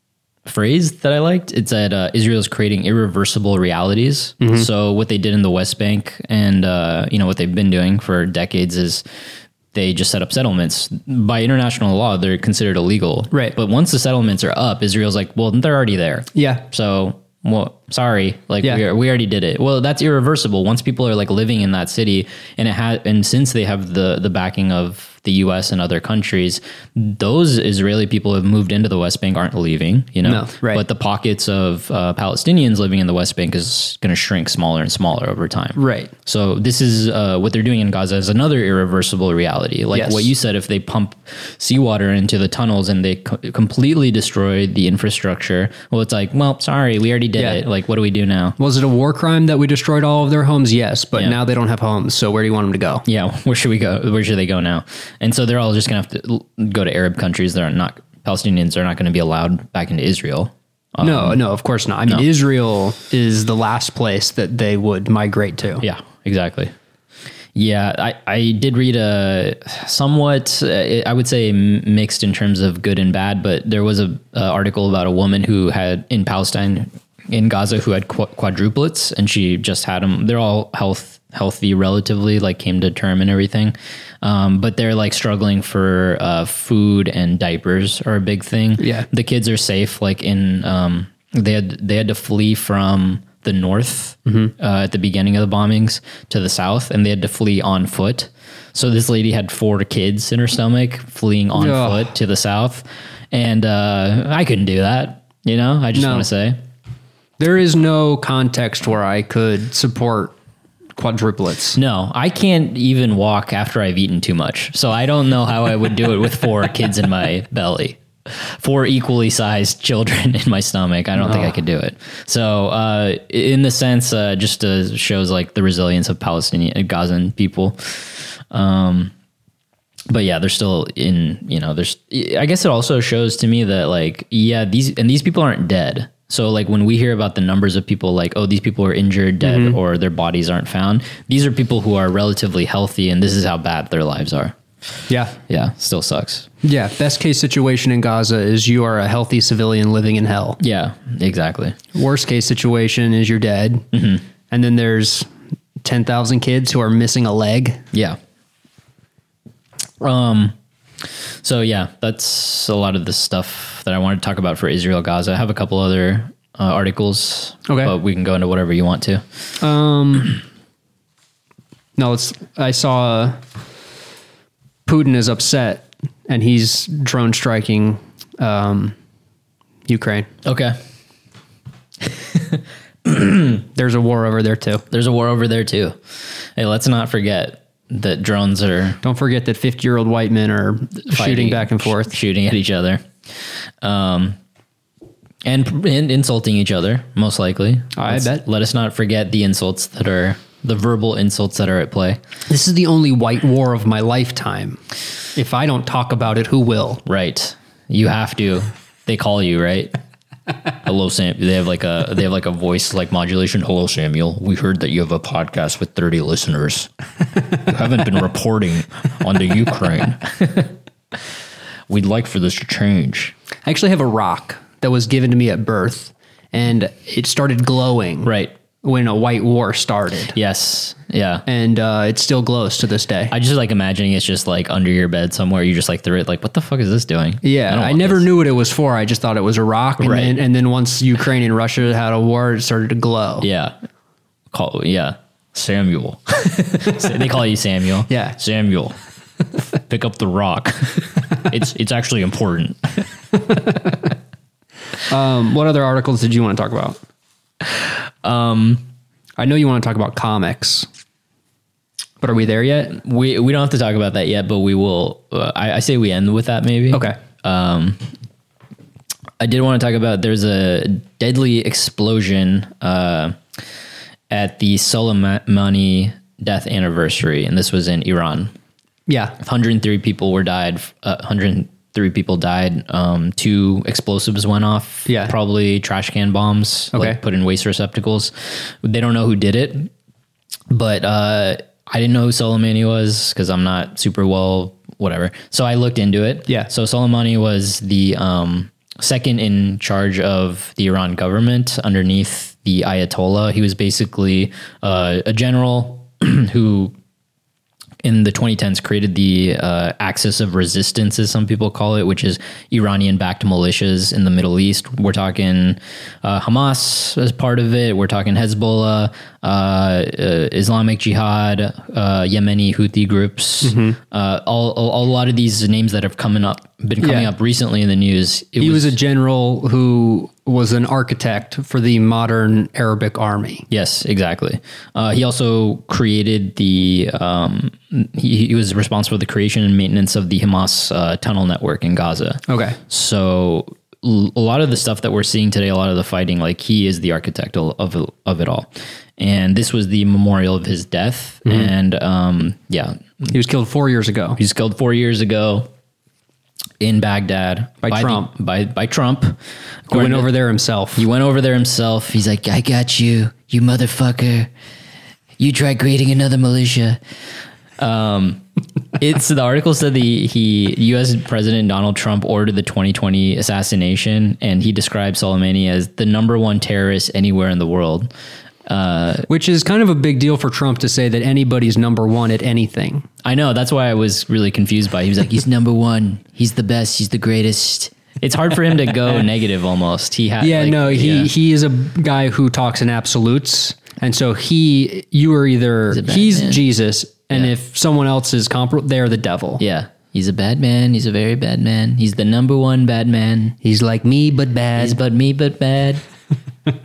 phrase that I liked. It said uh, Israel's creating irreversible realities. So what they did in the West Bank and uh, you know what they've been doing for decades is they just set up settlements by international law. They're considered illegal,
Right.
But once the settlements are up, Israel's like, well, they're already there.
Yeah.
So, well, sorry, like
Yeah.
we, are, we already did it. Well, that's irreversible. Once people are like living in that city, and it has, and since they have the the backing of the U.S. and other countries, those Israeli people who have moved into the West Bank aren't leaving. You know,
No, right.
But the pockets of uh, Palestinians living in the West Bank is going to shrink smaller and smaller over time.
Right.
So this is uh, what they're doing in Gaza is another irreversible reality. Like
Yes.
what you said, if they pump seawater into the tunnels and they co- completely destroy the infrastructure, well, it's like, well, sorry, we already did
Yeah.
it. Like, what do we do now?
Was it a war crime that we destroyed all of their homes? Yes, but
Yeah.
now they don't have homes. So where do you want them to go?
Yeah, where should we go? Where should they go now? And so they're all just gonna have to l- go to Arab countries. They're not Palestinians are not going to be allowed back into Israel.
no, no, of course not. I mean, Israel is the last place that they would migrate to.
Yeah, exactly. Yeah, I, I did read a somewhat, uh, I would say m- mixed in terms of good and bad, but there was a, a article about a woman who had in Palestine, in Gaza, who had qu- quadruplets, and she just had them. They're all health healthy, relatively, like came to term and everything, um, but they're like struggling for uh, food and diapers are a big thing.
Yeah.
the kids are safe. Like in, um, they had they had to flee from the north
Mm-hmm.
uh, at the beginning of the bombings to the south, and they had to flee on foot. So this lady had four kids in her stomach, fleeing on
Ugh.
foot to the south, and uh, I couldn't do that. You know, I just
No.
want to say,
There is no context where I could support quadruplets.
no, I can't even walk after I've eaten too much. So I don't know how I would do it with four kids in my belly. four equally sized children in my stomach. I don't think I could do it. So, uh, in the sense, uh, just uh, shows like the resilience of Palestinian uh, Gazan people. Um, but yeah, they're still in. You know, there's. I guess it also shows to me that like, yeah, these and these people aren't dead. So like when we hear about the numbers of people like, oh, these people are injured, dead, or their bodies aren't found. These are people who are relatively healthy, and this is how bad their lives are.
Yeah.
Yeah, still sucks.
Yeah. Best case situation in Gaza is you are a healthy civilian living in hell.
Yeah, exactly.
Worst case situation is you're dead. And then there's 10,000 kids who are missing a leg.
Yeah. Um so yeah, that's a lot of the stuff that I wanted to talk about for Israel Gaza. I have a couple other uh, articles,
Okay.
but we can go into whatever you want to.
No, it's, I saw uh, Putin is upset and he's drone striking um, Ukraine.
Okay.
There's a war over there too.
There's a war over there too. Hey, let's not forget that drones are
Don't forget that 50 year old white men are shooting
fighting-
back and forth.
sh- shooting at each other. Um and, and insulting each other, most likely.
I
Let's-
bet.
Let us not forget the insults that are the verbal insults that are at play.
This is the only white war of my lifetime. If I don't talk about it, who will?
Right. You have to. They call you, right? Hello, Sam. They have like a they have like a voice like modulation. Hello, Samuel. We heard that you have a podcast with thirty listeners. You haven't been reporting on the Ukraine. We'd like for this to change.
I actually have a rock that was given to me at birth, and it started glowing
Right.
when a white war started,
Yes. Yeah.
and uh, it still glows to this day.
I just like imagining it's just like under your bed somewhere. You just like threw it. Like, what the fuck is this doing?
yeah,
don't
I,
want
never
this.
knew what it was for. I just thought it was a rock, and
Right.
then and then once Ukraine and Russia had a war, it started to glow.
Yeah. Call yeah. Samuel. they call you Samuel.
Yeah.
Samuel. Pick up the rock. it's it's actually important.
Um, what other articles did you want to talk about? Um,
Um,
I know you want to talk about comics, but are we there yet?
We we don't have to talk about that yet, but we will. Uh, I, I say we end with that maybe.
Okay. Uh,
I did want to talk about there's a deadly explosion uh, at the Soleimani death anniversary, and this was in Iran.
Yeah.
103 people were died. Uh, 103 people died. Um, two explosives went off.
Yeah.
probably trash can bombs.
Okay.
like put in waste receptacles. They don't know who did it, but uh, I didn't know who Soleimani was because I'm not super well. Whatever. So I looked into it.
Yeah.
So Soleimani was the um, second in charge of the Iran government underneath the Ayatollah. He was basically uh, a general who in the 2010s created the uh, axis of resistance, as some people call it, which is Iranian-backed militias in the Middle East. We're talking uh, Hamas as part of it. We're talking Hezbollah, uh, uh, Islamic Jihad, uh, Yemeni Houthi groups.
Mm-hmm.
Uh, all, all- a lot of these names that have coming up been coming
Yeah.
up recently in the news. It
He was a general who was an architect for the modern Arabic army.
Yes, exactly. Uh, he also created the. Um, he, he was responsible for the creation and maintenance of the Hamas uh, tunnel network in Gaza.
Okay.
So l- a lot of the stuff that we're seeing today, a lot of the fighting, like he is the architect of of- of it all, and this was the memorial of his death. And um, yeah,
He was killed four years ago.
he was killed four years ago in Baghdad by, the-
Trump.
by by Trump.
He went over there himself.
He went over there himself. He's like, I got you, you motherfucker. You try creating another militia. Um, it's the article said the he U.S. President Donald Trump ordered the 2020 assassination, and he described Soleimani as the number one terrorist anywhere in the world.
Which is kind of a big deal for Trump to say that anybody's number one at anything.
I know that's why I was really confused by. It. He was like, he's number one. He's the best. He's the greatest. It's hard for him to go negative. Almost, he had.
Yeah,
like,
no, he
yeah.
he is a guy who talks in absolutes. And so he you are either
bad
he's
man.
Jesus and
Yeah.
if someone else is comparable they're the devil.
Yeah. He's a bad man. He's a very bad man. He's the number one bad man.
He's like me but bad.
He's but me, but bad.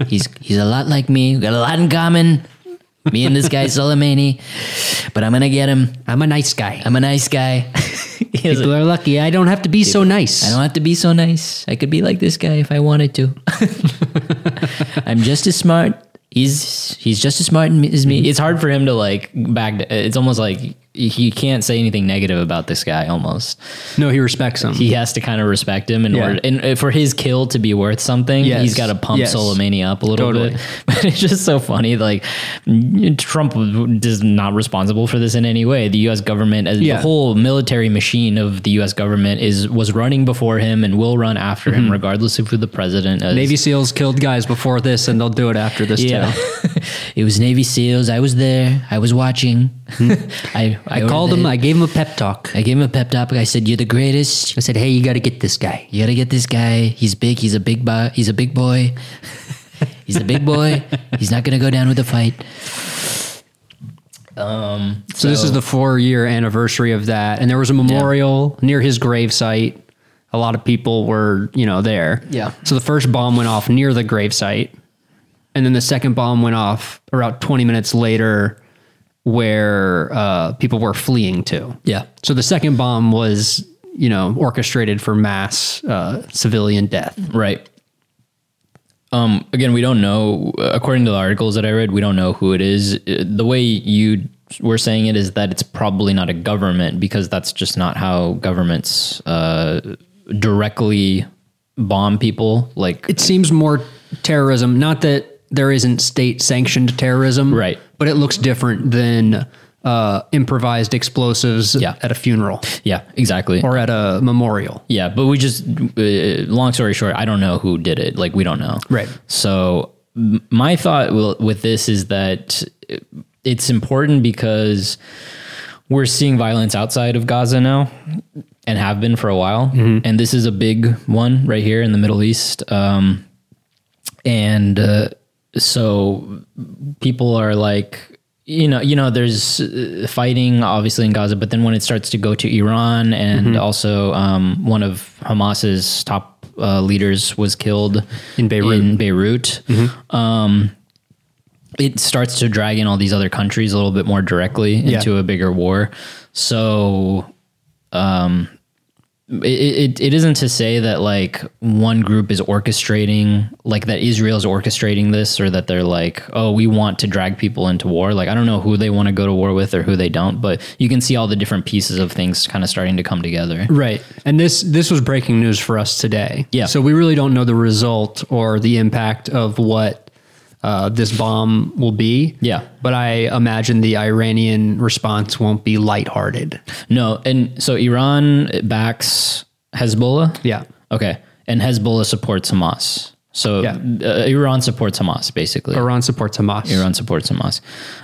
he's he's a lot like me. We got a lot in common. Me and this guy Soleimani. But I'm gonna get him.
I'm a nice guy.
I'm a nice guy. He's
People
like,
are lucky. I don't have to be so
I
nice.
don't have to be so nice. I could be like this guy if I wanted to. I'm just as smart. He's he's just as smart as me. It's hard for him to like back. It's almost like he can't say anything negative about this guy. Almost,
No, he respects him.
he has to kind of respect him in
Yeah.
order. And uh, for his kill to be worth something,
Yes.
he's got to pump
Yes.
Soleimani up a little
Totally.
bit. But it's just so funny. Like Trump is not responsible for this in any way. The U.S. government, as
Yeah.
the whole military machine of the U.S. government, is was running before him and will run after him, regardless of who the president is.
Mm-hmm. Navy SEALs killed guys before this, and they'll do it after this
yeah,
too.
it was Navy SEALs. I was there. I was watching. I, I,
Hmm. I called him.
ordered it.
I gave him a pep talk.
I gave him a pep talk. I said, "You're the greatest.
I said, "Hey, you got to get this guy."
You gotta get this guy. He's big. He's a big bo- He's a big boy. He's a big boy. He's not gonna go down with a fight. Um.
So, this is the four-year anniversary of that, and there was a memorial near his gravesite. A lot of people were, you know, there.
Yeah.
So the first bomb went off near the gravesite, and then the second bomb went off about 20 minutes later, where uh, people were fleeing to.
Yeah.
So the second bomb was, you know, orchestrated for mass uh, civilian death.
Right. Um. Again, we don't know. According to the articles that I read, we don't know who it is. Uh, The way you were saying it is that it's probably not a government because that's just not how governments uh, directly bomb people. Like
it seems more terrorism. Not that there isn't state sanctioned terrorism,
Right.
But it looks different than uh, improvised explosives
Yeah.
at a funeral
yeah, exactly.
or at a memorial.
Yeah, but we just uh, long story short, I don't know who did it. Like we don't know.
Right.
So m- my thought will, with this is that it's important because we're seeing violence outside of Gaza now and have been for a while. And this is a big one right here in the Middle East. Um, and uh, so people are like you know you know there's uh, fighting obviously in Gaza but then when it starts to go to Iran and also um, one of Hamas's top uh, leaders was killed
In Beirut.
in Beirut Um, it starts to drag in all these other countries a little bit more directly into a bigger war. So, um, it, it, it isn't to say that like one group is orchestrating, like that Israel's orchestrating this, or that they're like, oh, we want to drag people into war. Like, I don't know who they want to go to war with or who they don't, but you can see all the different pieces of things kind of starting to come together.
Right. And this this was breaking news for us today.
Yeah.
So we really don't know the result or the impact of what uh, this bomb will be.
Yeah.
But I imagine the Iranian response won't be lighthearted.
No, and so Iran backs Hezbollah.
Yeah.
Okay. And Hezbollah supports Hamas. So
Yeah.
uh, Iran supports Hamas, basically.
Iran supports Hamas.
Iran supports Hamas.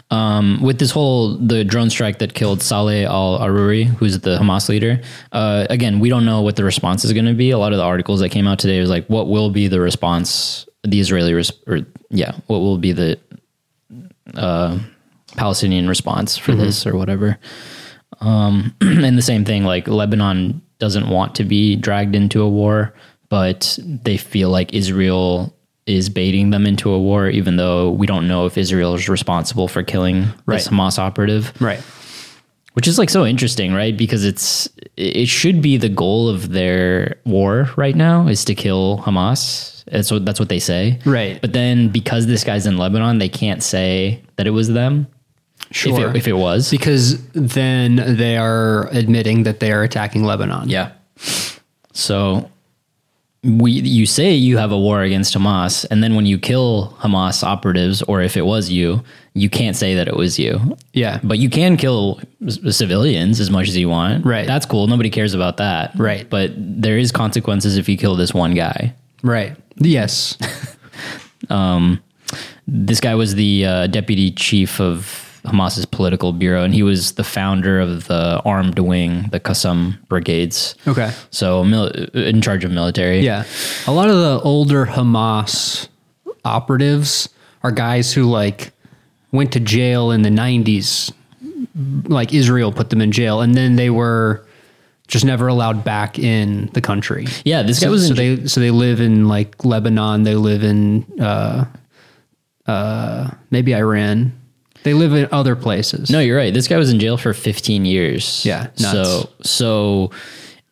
Um, with this whole the drone strike that killed Saleh al Aruri, who's the Hamas leader. Uh, again, we don't know what the response is going to be. A lot of the articles that came out today was like, what will be the response? The Israeli, res- or yeah, what will be the uh, Palestinian response for
Mm-hmm.
this or whatever? Um, and the same thing, like Lebanon doesn't want to be dragged into a war, but they feel like Israel is baiting them into a war, even though we don't know if Israel is responsible for killing
Right.
this Hamas operative
Right.
which is like so interesting, right? Because it's it should be the goal of their war right now is to kill Hamas. That's what that's what they say,
Right.
But then because this guy's in Lebanon, they can't say that it was them.
Sure.
If it, if it was,
because then they are admitting that they are attacking Lebanon.
yeah. So we you say you have a war against Hamas, and then when you kill Hamas operatives, or if it was you, you can't say that it was you.
Yeah.
But you can kill c- civilians as much as you want.
Right.
That's cool. Nobody cares about that.
Right.
But there is consequences if you kill this one guy.
Right. Yes.
This guy was the uh, deputy chief of Hamas's political bureau, and he was the founder of the armed wing, the Qassam brigades.
Okay.
So mil- in charge of military.
Oh. Yeah. A lot of the older Hamas operatives are guys who like went to jail in the 90s. Like Israel put them in jail and then they were just never allowed back in the country.
Yeah. This guy
So,
was in
so they so they live in like Lebanon, they live in uh uh maybe Iran. They live in other places.
No, you're right. This guy was in jail for 15 years.
Yeah, nuts.
So so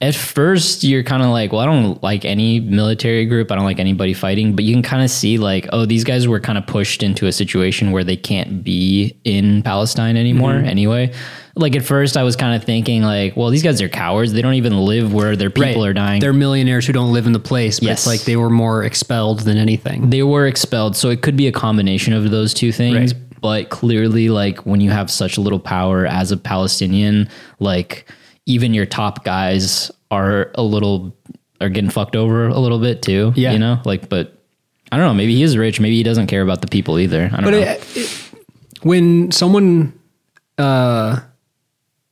at first you're kind of like, well, I don't like any military group. I don't like anybody fighting, but you can kind of see like, oh, these guys were kind of pushed into a situation where they can't be in Palestine anymore
Mm-hmm.
anyway. Like at first I was kind of thinking like, well, these guys are cowards. They don't even live where their people are dying.
They're millionaires who don't live in the place, but
Yes.
it's like they were more expelled than anything.
they were expelled so it could be a combination of those two things but clearly like when you have such little power as a palestinian like even your top guys are a little are getting fucked over a little bit too
Yeah.
you know like but i don't know maybe he is rich maybe he doesn't care about the people either i don't
But
know
it, it- when someone uh,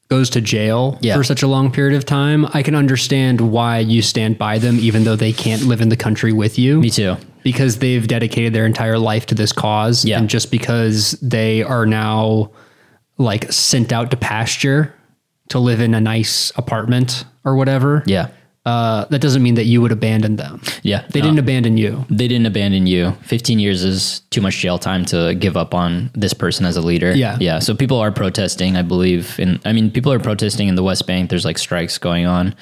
goes to jail
Yeah.
for such a long period of time, I can understand why you stand by them, even though they can't live in the country with you.
me too
Because they've dedicated their entire life to this cause.
Yeah.
And just because they are now like sent out to pasture to live in a nice apartment or whatever.
yeah
Uh, that doesn't mean that you would abandon them.
yeah
They didn't abandon you.
they didn't abandon you. 15 years is too much jail time to give up on this person as a leader.
Yeah.
Yeah. So people are protesting, I believe. And I mean, people are protesting in the West Bank. There's like strikes going on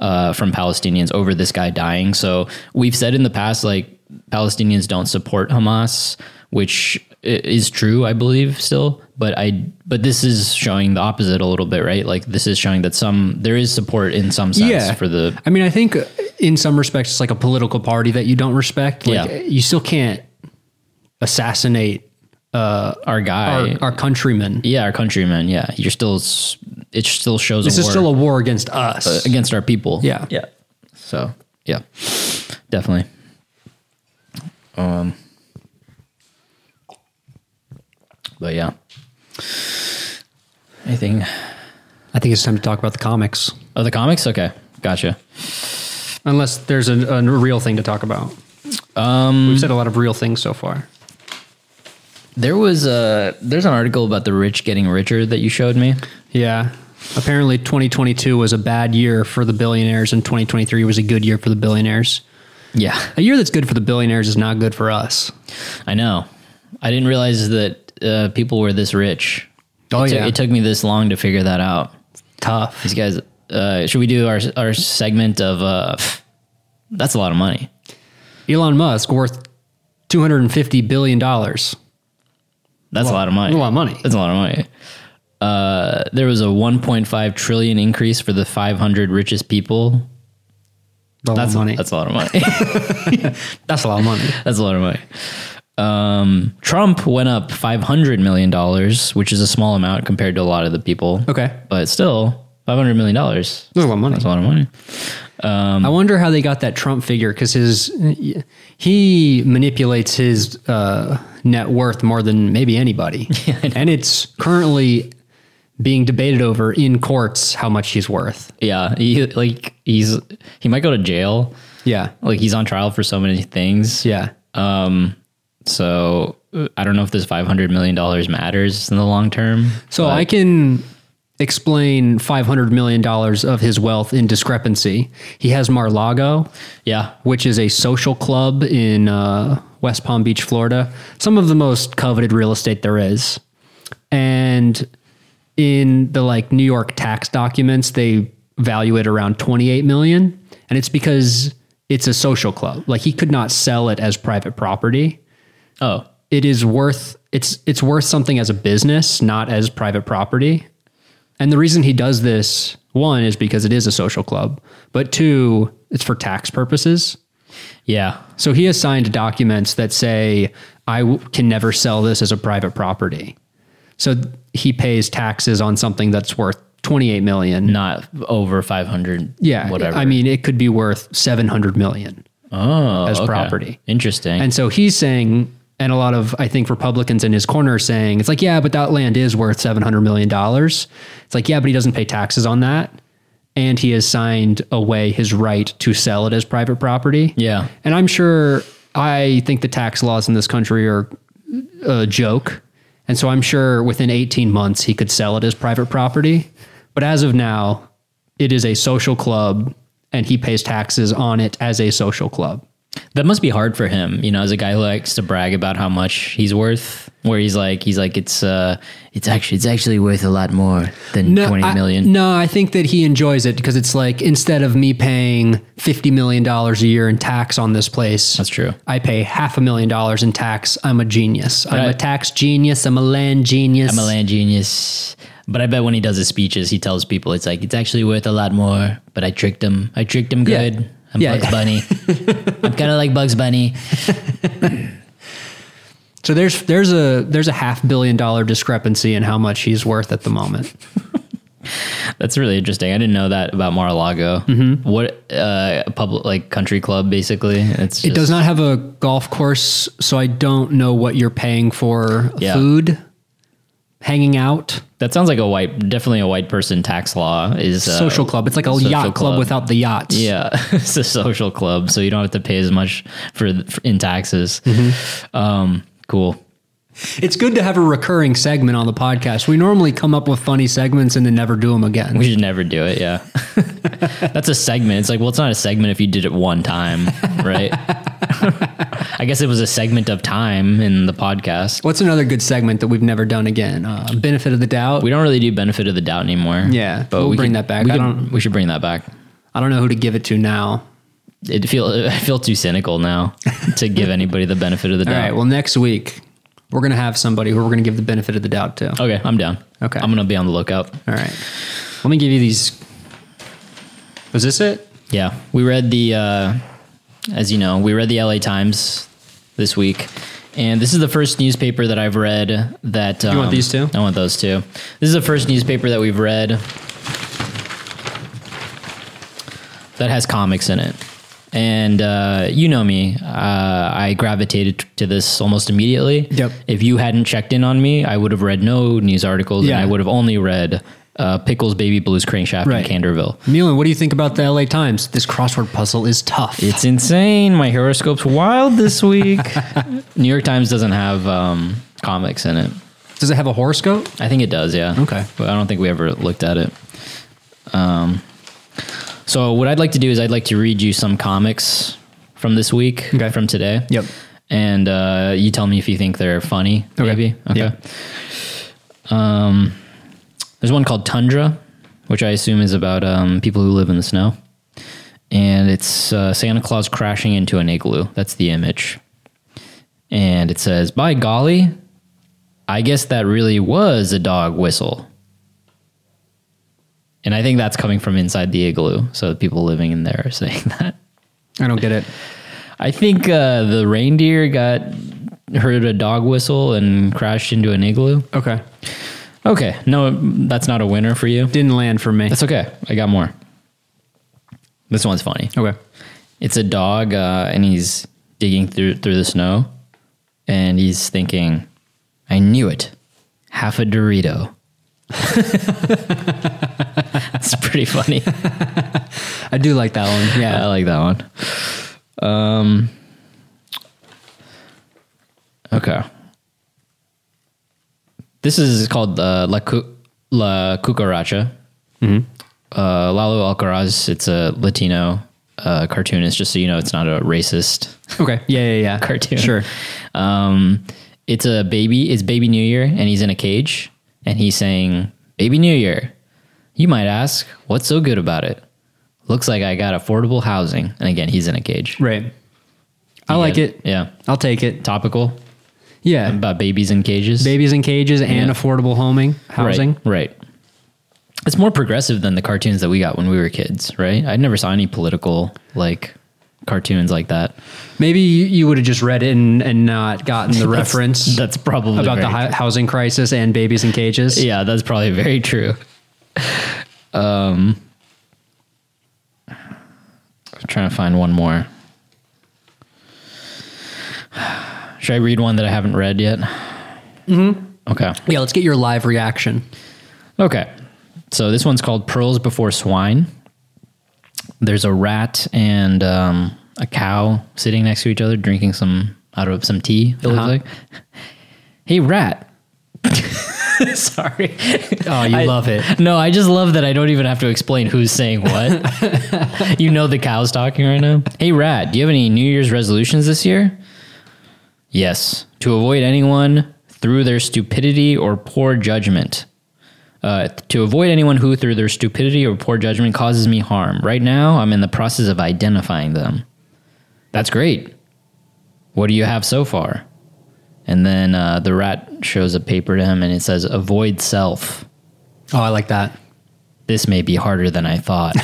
uh, from Palestinians over this guy dying. So we've said in the past, like, Palestinians don't support Hamas, which i- is true, I believe, still. But I, but this is showing the opposite a little bit, right? Like this is showing that some there is support in some sense
Yeah.
for the
I mean, I think uh, in some respects, it's like a political party that you don't respect. Like,
Yeah.
you still can't assassinate
our
our,
guy,
our countrymen.
Yeah, our countrymen. Yeah, you're still. s- It still shows
This
a
is
war
still a war against us.
against our people.
Yeah.
yeah. So yeah, definitely. Um. But yeah. Anything?
I think it's time to talk about the comics,
Oh, the comics. Okay, gotcha.
unless there's a, a real thing to talk about. Um, We've said a lot of real things so far.
There was a there's an article about the rich getting richer that you showed me.
Yeah. Apparently, 2022 was a bad year for the billionaires, and 2023 was a good year for the billionaires.
Yeah,
A year that's good for the billionaires is not good for us.
I know. I didn't realize that uh, people were this rich.
Oh,
it took-
yeah.
it took me this long to figure that out.
Tough.
These guys, uh, should we do our our segment of? Uh, that's a lot of money.
Elon Musk worth 250 billion dollars.
That's a lot of money.
a lot of money.
That's a lot of money. Uh, there was a 1.5 trillion increase for the 500 richest people.
That's
That's
a lot of money.
That's a lot of money.
That's a lot of money.
that's a lot of money. Um, Trump went up 500 million dollars, which is a small amount compared to a lot of the people.
Okay.
but still 500 million dollars.
That's a lot of money.
That's a lot of money.
I wonder how they got that Trump figure because his he manipulates his uh, net worth more than maybe anybody, and it's currently being debated over in courts how much he's worth.
Yeah, he, like he's he might go to jail.
Yeah,
Like he's on trial for so many things.
yeah.
So uh, I don't know if this five hundred million dollars matters in the long term.
So I can explain five hundred million dollars of his wealth in discrepancy. He has Mar-Lago.
Yeah,
which is a social club in uh, West Palm Beach, Florida. Some of the most coveted real estate there is. And in the like New York tax documents, they value it around 28 million, and it's because it's a social club. Like he could not sell it as private property.
Oh,
It is worth it's it's worth something as a business, not as private property. And the reason he does this one is because it is a social club, but two, it's for tax purposes.
yeah,
So he has signed documents that say, I w- can never sell this as a private property. So th- he pays taxes on something that's worth 28 million.
not over five hundred.
yeah.
whatever.
I mean, it could be worth 700 million.
oh,
as property.
Interesting.
And so he's saying, and a lot of, I think, Republicans in his corner are saying, it's like, yeah, but that land is worth $700 million. It's like, yeah, but he doesn't pay taxes on that. And he has signed away his right to sell it as private property.
yeah,
And I'm sure I think the tax laws in this country are a joke. And so I'm sure within 18 months he could sell it as private property. But as of now, it is a social club and he pays taxes on it as a social club.
that must be hard for him. You know, as a guy who likes to brag about how much he's worth. where he's like he's like it's uh it's actually it's actually worth a lot more than
No,
twenty
Uh, I-
million.
no, I think that he enjoys it because it's like instead of me paying fifty million dollars a year in tax on this place,
That's true.
I pay half a million dollars in tax. I'm a genius. I'm a
Right.
tax genius. I'm a land genius.
I'm a land genius. But I bet when he does his speeches, he tells people it's like it's actually worth a lot more. But I tricked him. I tricked him
Yeah.
good. I'm
Yeah.
Bugs Bunny. I'm kind of like Bugs Bunny.
so there's there's a there's a half billion dollar discrepancy in how much he's worth at the moment.
That's really interesting. I didn't know that about Mar-a-Lago.
Mm-hmm.
What uh, a public like country club basically? It's
It does not have a golf course, so I don't know what you're paying for
Yeah.
food, hanging out,
That sounds like a white, definitely a white person tax law is uh,
social club. It's like a
social
yacht club.
club.
without the yachts.
Yeah, it's a social club, so you don't have to pay as much for, for in taxes.
Mm-hmm.
Um, cool.
It's good to have a recurring segment on the podcast. We normally come up with funny segments and then never do them again.
We should never do it. Yeah, that's a segment. It's like, well, it's not a segment if you did it one time, right? I guess it was a segment of time in the podcast.
What's another good segment that we've never done again? Uh, benefit of the doubt.
We don't really do benefit of the doubt anymore.
Yeah, we'll
we
bring
could-
that back.
We,
I
could-
don't-
we should bring that back.
I don't know who to give it to now.
It feel I feel too cynical now to give anybody the benefit of the
All
doubt.
right. Well, next week we're gonna have somebody who we're gonna give the benefit of the doubt to.
Okay, I'm down.
Okay.
I'm gonna be on the lookout.
All right. Let me give you these. Was this it?
Yeah, we read the, uh, as you know, we read the LA Times this week, and this is the first newspaper that I've read that. Um,
want these two?
I want those two. This is the first newspaper that we've read that has comics in it. And uh, you know me, uh, I gravitated to this almost immediately.
Yep.
If you hadn't checked in on me, I would have read no news articles,
Yeah.
and I would have only read uh, Pickles, Baby Blues, Crankshaft,
Right.
and Canderville.
Milan, what do you think about the LA Times? This crossword puzzle is tough.
It's insane. My horoscope's wild this week. New York Times doesn't have um, comics in it.
Does it have a horoscope?
I think it does, yeah.
Okay.
But I don't think we ever looked at it. Um, so, what I'd like to do is I'd like to read you some comics from this week,
Okay.
from today.
Yep.
And uh, you tell me if you think they're funny,
Okay.
maybe.
Yeah.
Um, there's one called Tundra, which I assume is about um, people who live in the snow. And it's uh, Santa Claus crashing into an igloo. That's the image. And it says, By golly, I guess that really was a dog whistle. And I think that's coming from inside the igloo. So the people living in there are saying that.
I don't get it.
I think uh, the reindeer got heard a dog whistle and crashed into an igloo.
Okay.
Okay, no, that's not a winner for you.
Didn't land for me.
That's okay. I got more. This one's funny.
okay.
It's a dog, uh, and he's digging through through the snow, and he's thinking, "I knew it, half a Dorito." That's pretty funny.
I do like that one.
I
Yeah.
like that one. Um, okay. This is called uh, La, Cu- La Cucaracha. Uh, Lalo Alcaraz, it's a Latino uh, cartoonist, just so you know, it's not a racist
okay. Yeah. Yeah. Yeah.
cartoon.
Sure.
Um, it's a baby. It's Baby New Year, and he's in a cage, and he's saying, "Baby New Year." You might ask, "What's so good about it?" Looks like I got affordable housing, and again, he's in a cage.
Right. I like
Yeah.
it.
Yeah,
I'll take it.
topical
Yeah.
about babies in cages,
Babies in cages and
Yeah.
affordable homing housing.
Right. right. It's more progressive than the cartoons that we got when we were kids, right? I never saw any political like cartoons like that.
Maybe you, you would have just read it and, and not gotten the reference
That's probably
about the
very
hi- housing crisis and babies in cages.
Yeah, that's probably very true. Um, I'm trying to find one more. Should I read one that I haven't read yet? Mm-hmm. Okay.
Yeah. Let's get your live reaction.
Okay. So this one's called Pearls Before Swine. There's a rat and um, a cow sitting next to each other drinking some out of some tea. It
Uh-huh.
looks like. Hey, rat. Sorry.
Oh, you
I-
love it.
No, I just love that I don't even have to explain who's saying what. you know the cow's talking right now. Hey, Rat, do you have any New Year's resolutions this year? Yes. To avoid anyone through their stupidity or poor judgment. Uh, to avoid anyone who, through their stupidity or poor judgment, causes me harm. Right now, I'm in the process of identifying them. That's great. What do you have so far? And then uh, the rat shows a paper to him and it says, Avoid self.
Oh, I like that.
This may be harder than I thought.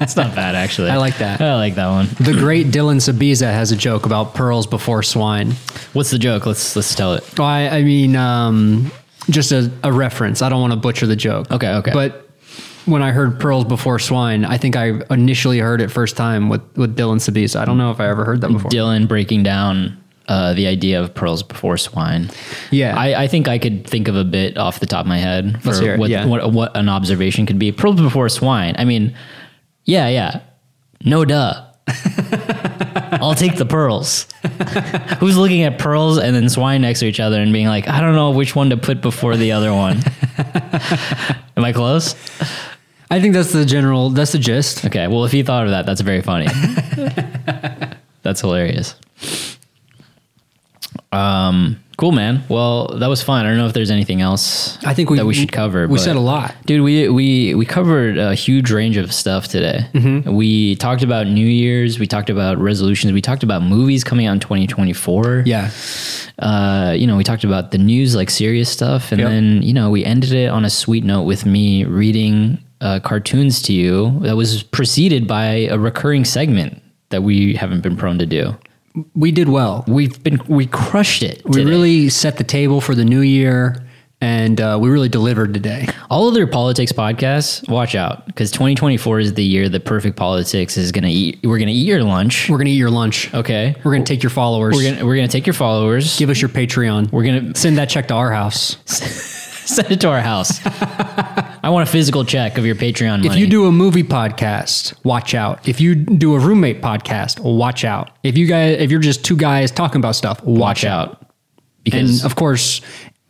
it's not bad, actually.
I like that.
I like that one.
The great Dylan Sabiza has a joke about pearls before swine.
What's the joke? Let's let's tell it.
Oh, I, I mean, um, just a, a reference. I don't want to butcher the joke.
Okay, okay.
But when I heard pearls before swine, I think I initially heard it first time with, with Dylan Sabiza. I don't know if I ever heard that before.
Dylan breaking down uh, the idea of pearls before swine.
Yeah.
I, I think I could think of a bit off the top of my head for
Let's hear it,
what,
yeah.
what what an observation could be. Pearls before swine. I mean, yeah, yeah, no duh. I'll take the pearls. Who's looking at pearls and then swine next to each other and being like, I don't know which one to put before the other one. Am I close?
I think that's the general, that's the gist.
Okay. Well, if you thought of that, that's very funny. that's hilarious. Um, cool, man. Well, that was fun. I don't know if there's anything else
I think we,
that we should cover.
We
but-
said a lot.
dude. We we we covered a huge range of stuff today.
Mm-hmm.
We talked about New Year's. We talked about resolutions. We talked about movies coming out in 2024.
Yeah.
Uh, you know, we talked about the news, like serious stuff, and
Yep.
then you know we ended it on a sweet note with me reading uh, cartoons to you. That was preceded by a recurring segment that we haven't been prone to do.
We did well.
We've been we crushed it.
We
today.
really set the table for the new year and uh, we really delivered today.
all other politics podcasts. Watch out because 2024 is the year that perfect politics is going to eat. We're going to eat your lunch.
We're going to eat your lunch.
Okay,
We're going to take your followers.
we're gonna we're gonna take your followers.
Give us your Patreon.
We're gonna
Send that check to our house.
send it to our house. I want a physical check of your Patreon money.
If you do a movie podcast, watch out. If you do a roommate podcast, watch out. If you guys, if you're just two guys talking about stuff, watch,
watch
out.
out
And
because
of course,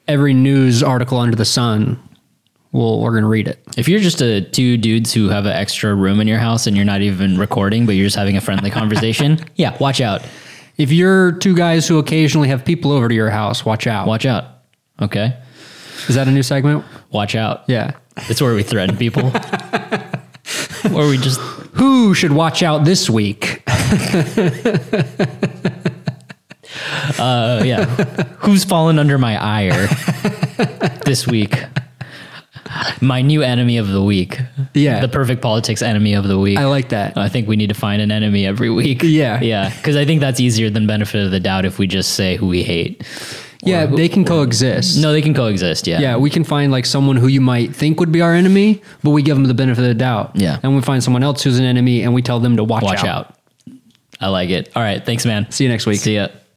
every news article under the sun, well, we're gonna read it.
if you're just a two dudes who have an extra room in your house and you're not even recording but you're just having a friendly conversation yeah watch out
If you're two guys who occasionally have people over to your house, watch out.
watch out okay
Is that a new segment?
watch out
Yeah.
it's where we threaten people or we just
Who should watch out this week?
uh, yeah who's fallen under my ire this week my new enemy of the week
Yeah.
the perfect politics enemy of the week
I like that.
I think we need to find an enemy every week.
Yeah.
Yeah. Because I think that's easier than benefit of the doubt if we just say who we hate.
yeah, they can coexist.
No, they can coexist. Yeah.
Yeah, we can find like someone who you might think would be our enemy, but we give them the benefit of the doubt.
Yeah.
And we find someone else who's an enemy and we tell them to watch,
Watch out. I like it. All right. Thanks, man.
See you next week.
See ya.